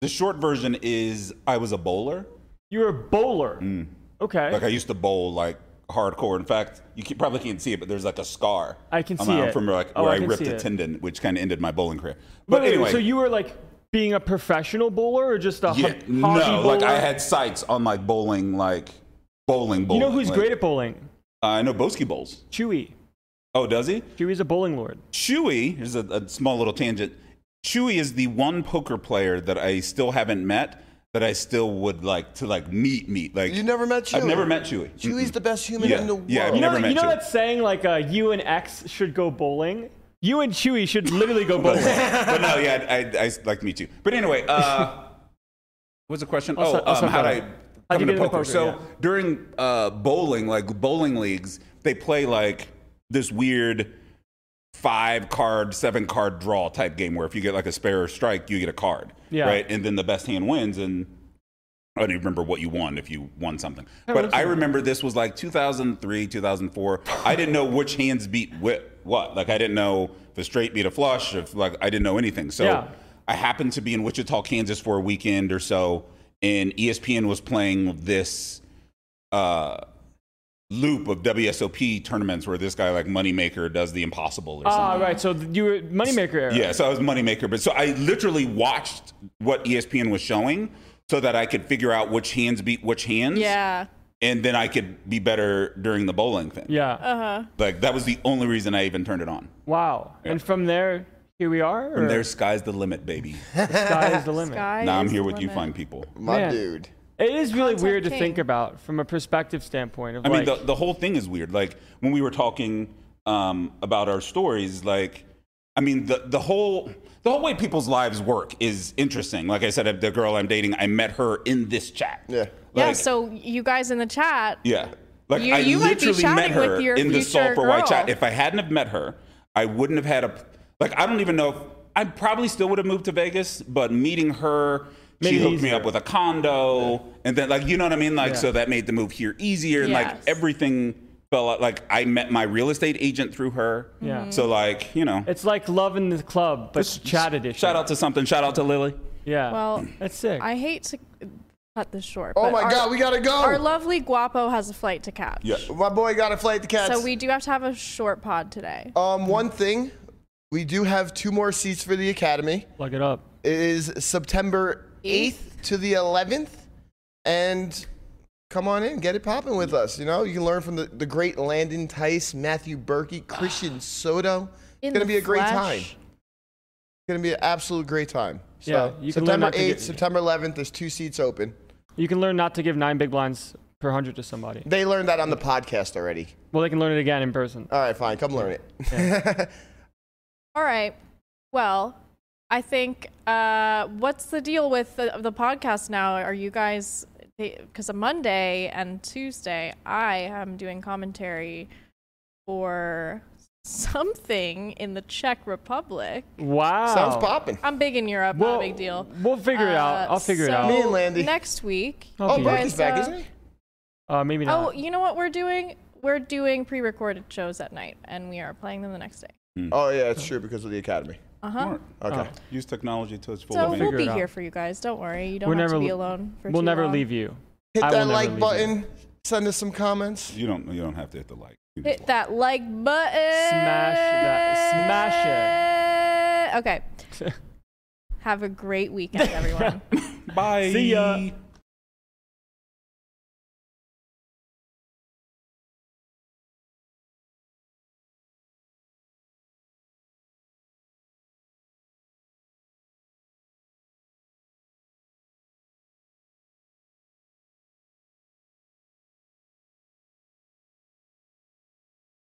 S6: the short version is I was a bowler.
S5: You were a bowler.
S6: Mm.
S5: Okay.
S6: Like I used to bowl like hardcore. In fact, you can, probably can't see it, but there's like a scar.
S5: I can
S6: on
S5: see
S6: my-
S5: it.
S6: from like
S5: Oh,
S6: where
S5: I
S6: I,
S5: can
S6: ripped
S5: see
S6: a
S5: it.
S6: tendon, which kind of ended my bowling career.
S5: Wait,
S6: But
S5: wait,
S6: anyway,
S5: So you were like being a professional bowler or just a ho-
S6: yeah,
S5: hobby
S6: no,
S5: bowler?
S6: like I had sights on like bowling, like bowling,
S5: You
S6: bowling.
S5: know who's
S6: like,
S5: great at bowling?
S6: I know Boski bowls.
S5: Chewy.
S6: Oh, does he?
S5: Chewy's a bowling lord.
S6: Chewy, here's a, a small little tangent. Chewy is the one poker player that I still haven't met that I still would like to like meet meet. Like
S3: You never met
S6: I've
S3: Chewy?
S6: never met Chewy.
S3: Chewy's
S6: Mm-mm.
S3: the best human
S6: Yeah.
S3: in the world.
S6: Yeah, I've
S5: You know,
S6: never met
S5: you know
S6: Chewy.
S5: that saying like uh, you and X should go bowling? You and Chewy should literally go bowling.
S6: but no, yeah, I, I, I like me too. But anyway, uh, What's the question?
S5: Also-
S6: oh,
S5: also
S6: um, how'd I
S5: poker. How'd
S6: come
S5: you
S6: to
S5: get into poker,
S6: poker? so
S5: yeah.
S6: during uh, bowling, like bowling leagues, they play like this weird five card, seven card draw type game where if you get like a spare or strike, you get a card.
S5: Yeah.
S6: Right. And then the best hand wins. And I don't even remember what you won if you won something.
S5: that's
S6: But I
S5: right.
S6: remember this was like 2003, 2004. I didn't know which hands beat whi- what. Like I didn't know if a straight beat a flush, if like I didn't know anything. So
S5: Yeah.
S6: I happened to be in Wichita, Kansas for a weekend or so, and E ESPN was playing this uh, loop of WSOP tournaments where this guy like Moneymaker does the impossible or
S5: Ah,
S6: something.
S5: right. So th- you were moneymaker era.
S6: Yeah, so I was moneymaker, but so I literally watched what E ESPN was showing so that I could figure out which hands beat which hands.
S4: Yeah.
S6: And then I could be better during the bowling thing.
S5: Yeah.
S6: Like that was the only reason I even turned it on.
S5: wow. And from there, here we are.
S6: From
S5: or
S6: there, sky's the limit, baby.
S5: sky is the limit.
S4: Sky
S6: now I'm
S4: is
S6: here
S4: the
S6: with you
S4: limit.
S6: fine people.
S3: My
S5: Man.
S3: dude.
S5: It is really
S4: Content
S5: weird to
S4: king.
S5: think about from a perspective standpoint. Of
S6: I mean,
S5: like,
S6: the, the whole thing is weird. Like when we were talking um, about our stories, like I mean, the the whole the whole way people's lives work is interesting. Like I said, the girl I'm dating, I met her in this chat.
S3: Yeah.
S4: Yeah,
S6: Like,
S4: so you guys in the chat,
S6: yeah. Like
S4: You-
S6: I
S4: you might be
S6: literally met
S4: shouting with
S6: her
S4: your
S6: in the
S4: future
S6: sulfur white
S4: girl.
S6: chat. If I hadn't have met her, I wouldn't have had a like. I don't even know. if I probably still would have moved to Vegas, but meeting her.
S5: Made
S6: she
S5: it
S6: hooked me
S5: easier.
S6: up with a condo, and then like you know what I mean, like so that made the move here easier, and like
S4: Yes.
S6: everything fell out. Like I met my real estate agent through her.
S4: Mm-hmm.
S5: Yeah.
S6: So like you know,
S5: it's like love in the club, but chat edition.
S6: shout out to something. Shout out to Lily.
S5: Yeah.
S4: well,
S5: that's sick.
S4: I hate to cut this short.
S3: Oh
S4: but
S3: my
S4: our-
S3: God, we gotta go.
S4: Our lovely guapo has a flight to catch.
S6: Yeah.
S3: My boy got a flight to catch.
S4: So we do have to have a short pod today.
S3: um, one thing, we do have two more seats for the academy.
S5: Plug it up.
S3: It is September 8th
S4: Eighth.
S3: to the 11th. And come on in, get it popping with us. You know, you can learn from the, the great Landon Tice, Matthew Berkey, Christian Soto. It's
S4: In
S3: going to
S4: the
S3: be a great time.
S4: flesh.
S3: It's going to be an absolute great time. So,
S5: Yeah, you can learn
S3: September
S5: not to
S3: 8th,
S5: get-
S3: September 11th, there's two seats open.
S5: You can learn not to give nine big blinds per hundred to somebody.
S3: They learned that on the podcast already.
S5: Well, they can learn it again in person.
S3: All right, fine. Come learn it.
S4: All right. Well, I think uh, what's the deal with the, the podcast now? Are you guys because on Monday and Tuesday I am doing commentary for something in the Czech Republic. Oh.
S5: Wow.
S3: Sounds popping.
S4: I'm big in Europe,
S5: Well,
S4: not a big deal.
S5: We'll figure it
S4: Uh,
S5: out. I'll figure it
S4: so
S5: out.
S3: Me and Landy.
S4: Next week.
S5: I'll
S3: Oh,
S5: be-
S3: Berkey's back,
S4: uh,
S3: isn't he?
S5: Uh, maybe not.
S4: Oh, you know what we're doing? We're doing pre-recorded shows at night, and we are playing them the next day. Uh-huh.
S3: Oh, yeah, it's true because of the academy.
S6: Smart.
S5: Oh.
S3: Okay.
S6: Use technology to its full
S4: So
S6: advantage.
S4: we'll
S5: figure
S4: be
S5: it out.
S4: here for you guys. Don't worry. You don't
S5: We're
S4: have
S5: never-
S4: to be alone for
S5: we'll
S4: too
S5: never
S4: long.
S5: leave you.
S3: Hit
S5: I will
S3: that
S5: never leave
S3: like
S5: you.
S3: button. Send us some comments.
S6: You don't you don't have to hit the like. You just
S4: Hit that like button.
S5: Smash that- smash
S4: it. Okay. Have a great weekend, everyone.
S6: watch. Bye.
S5: See ya.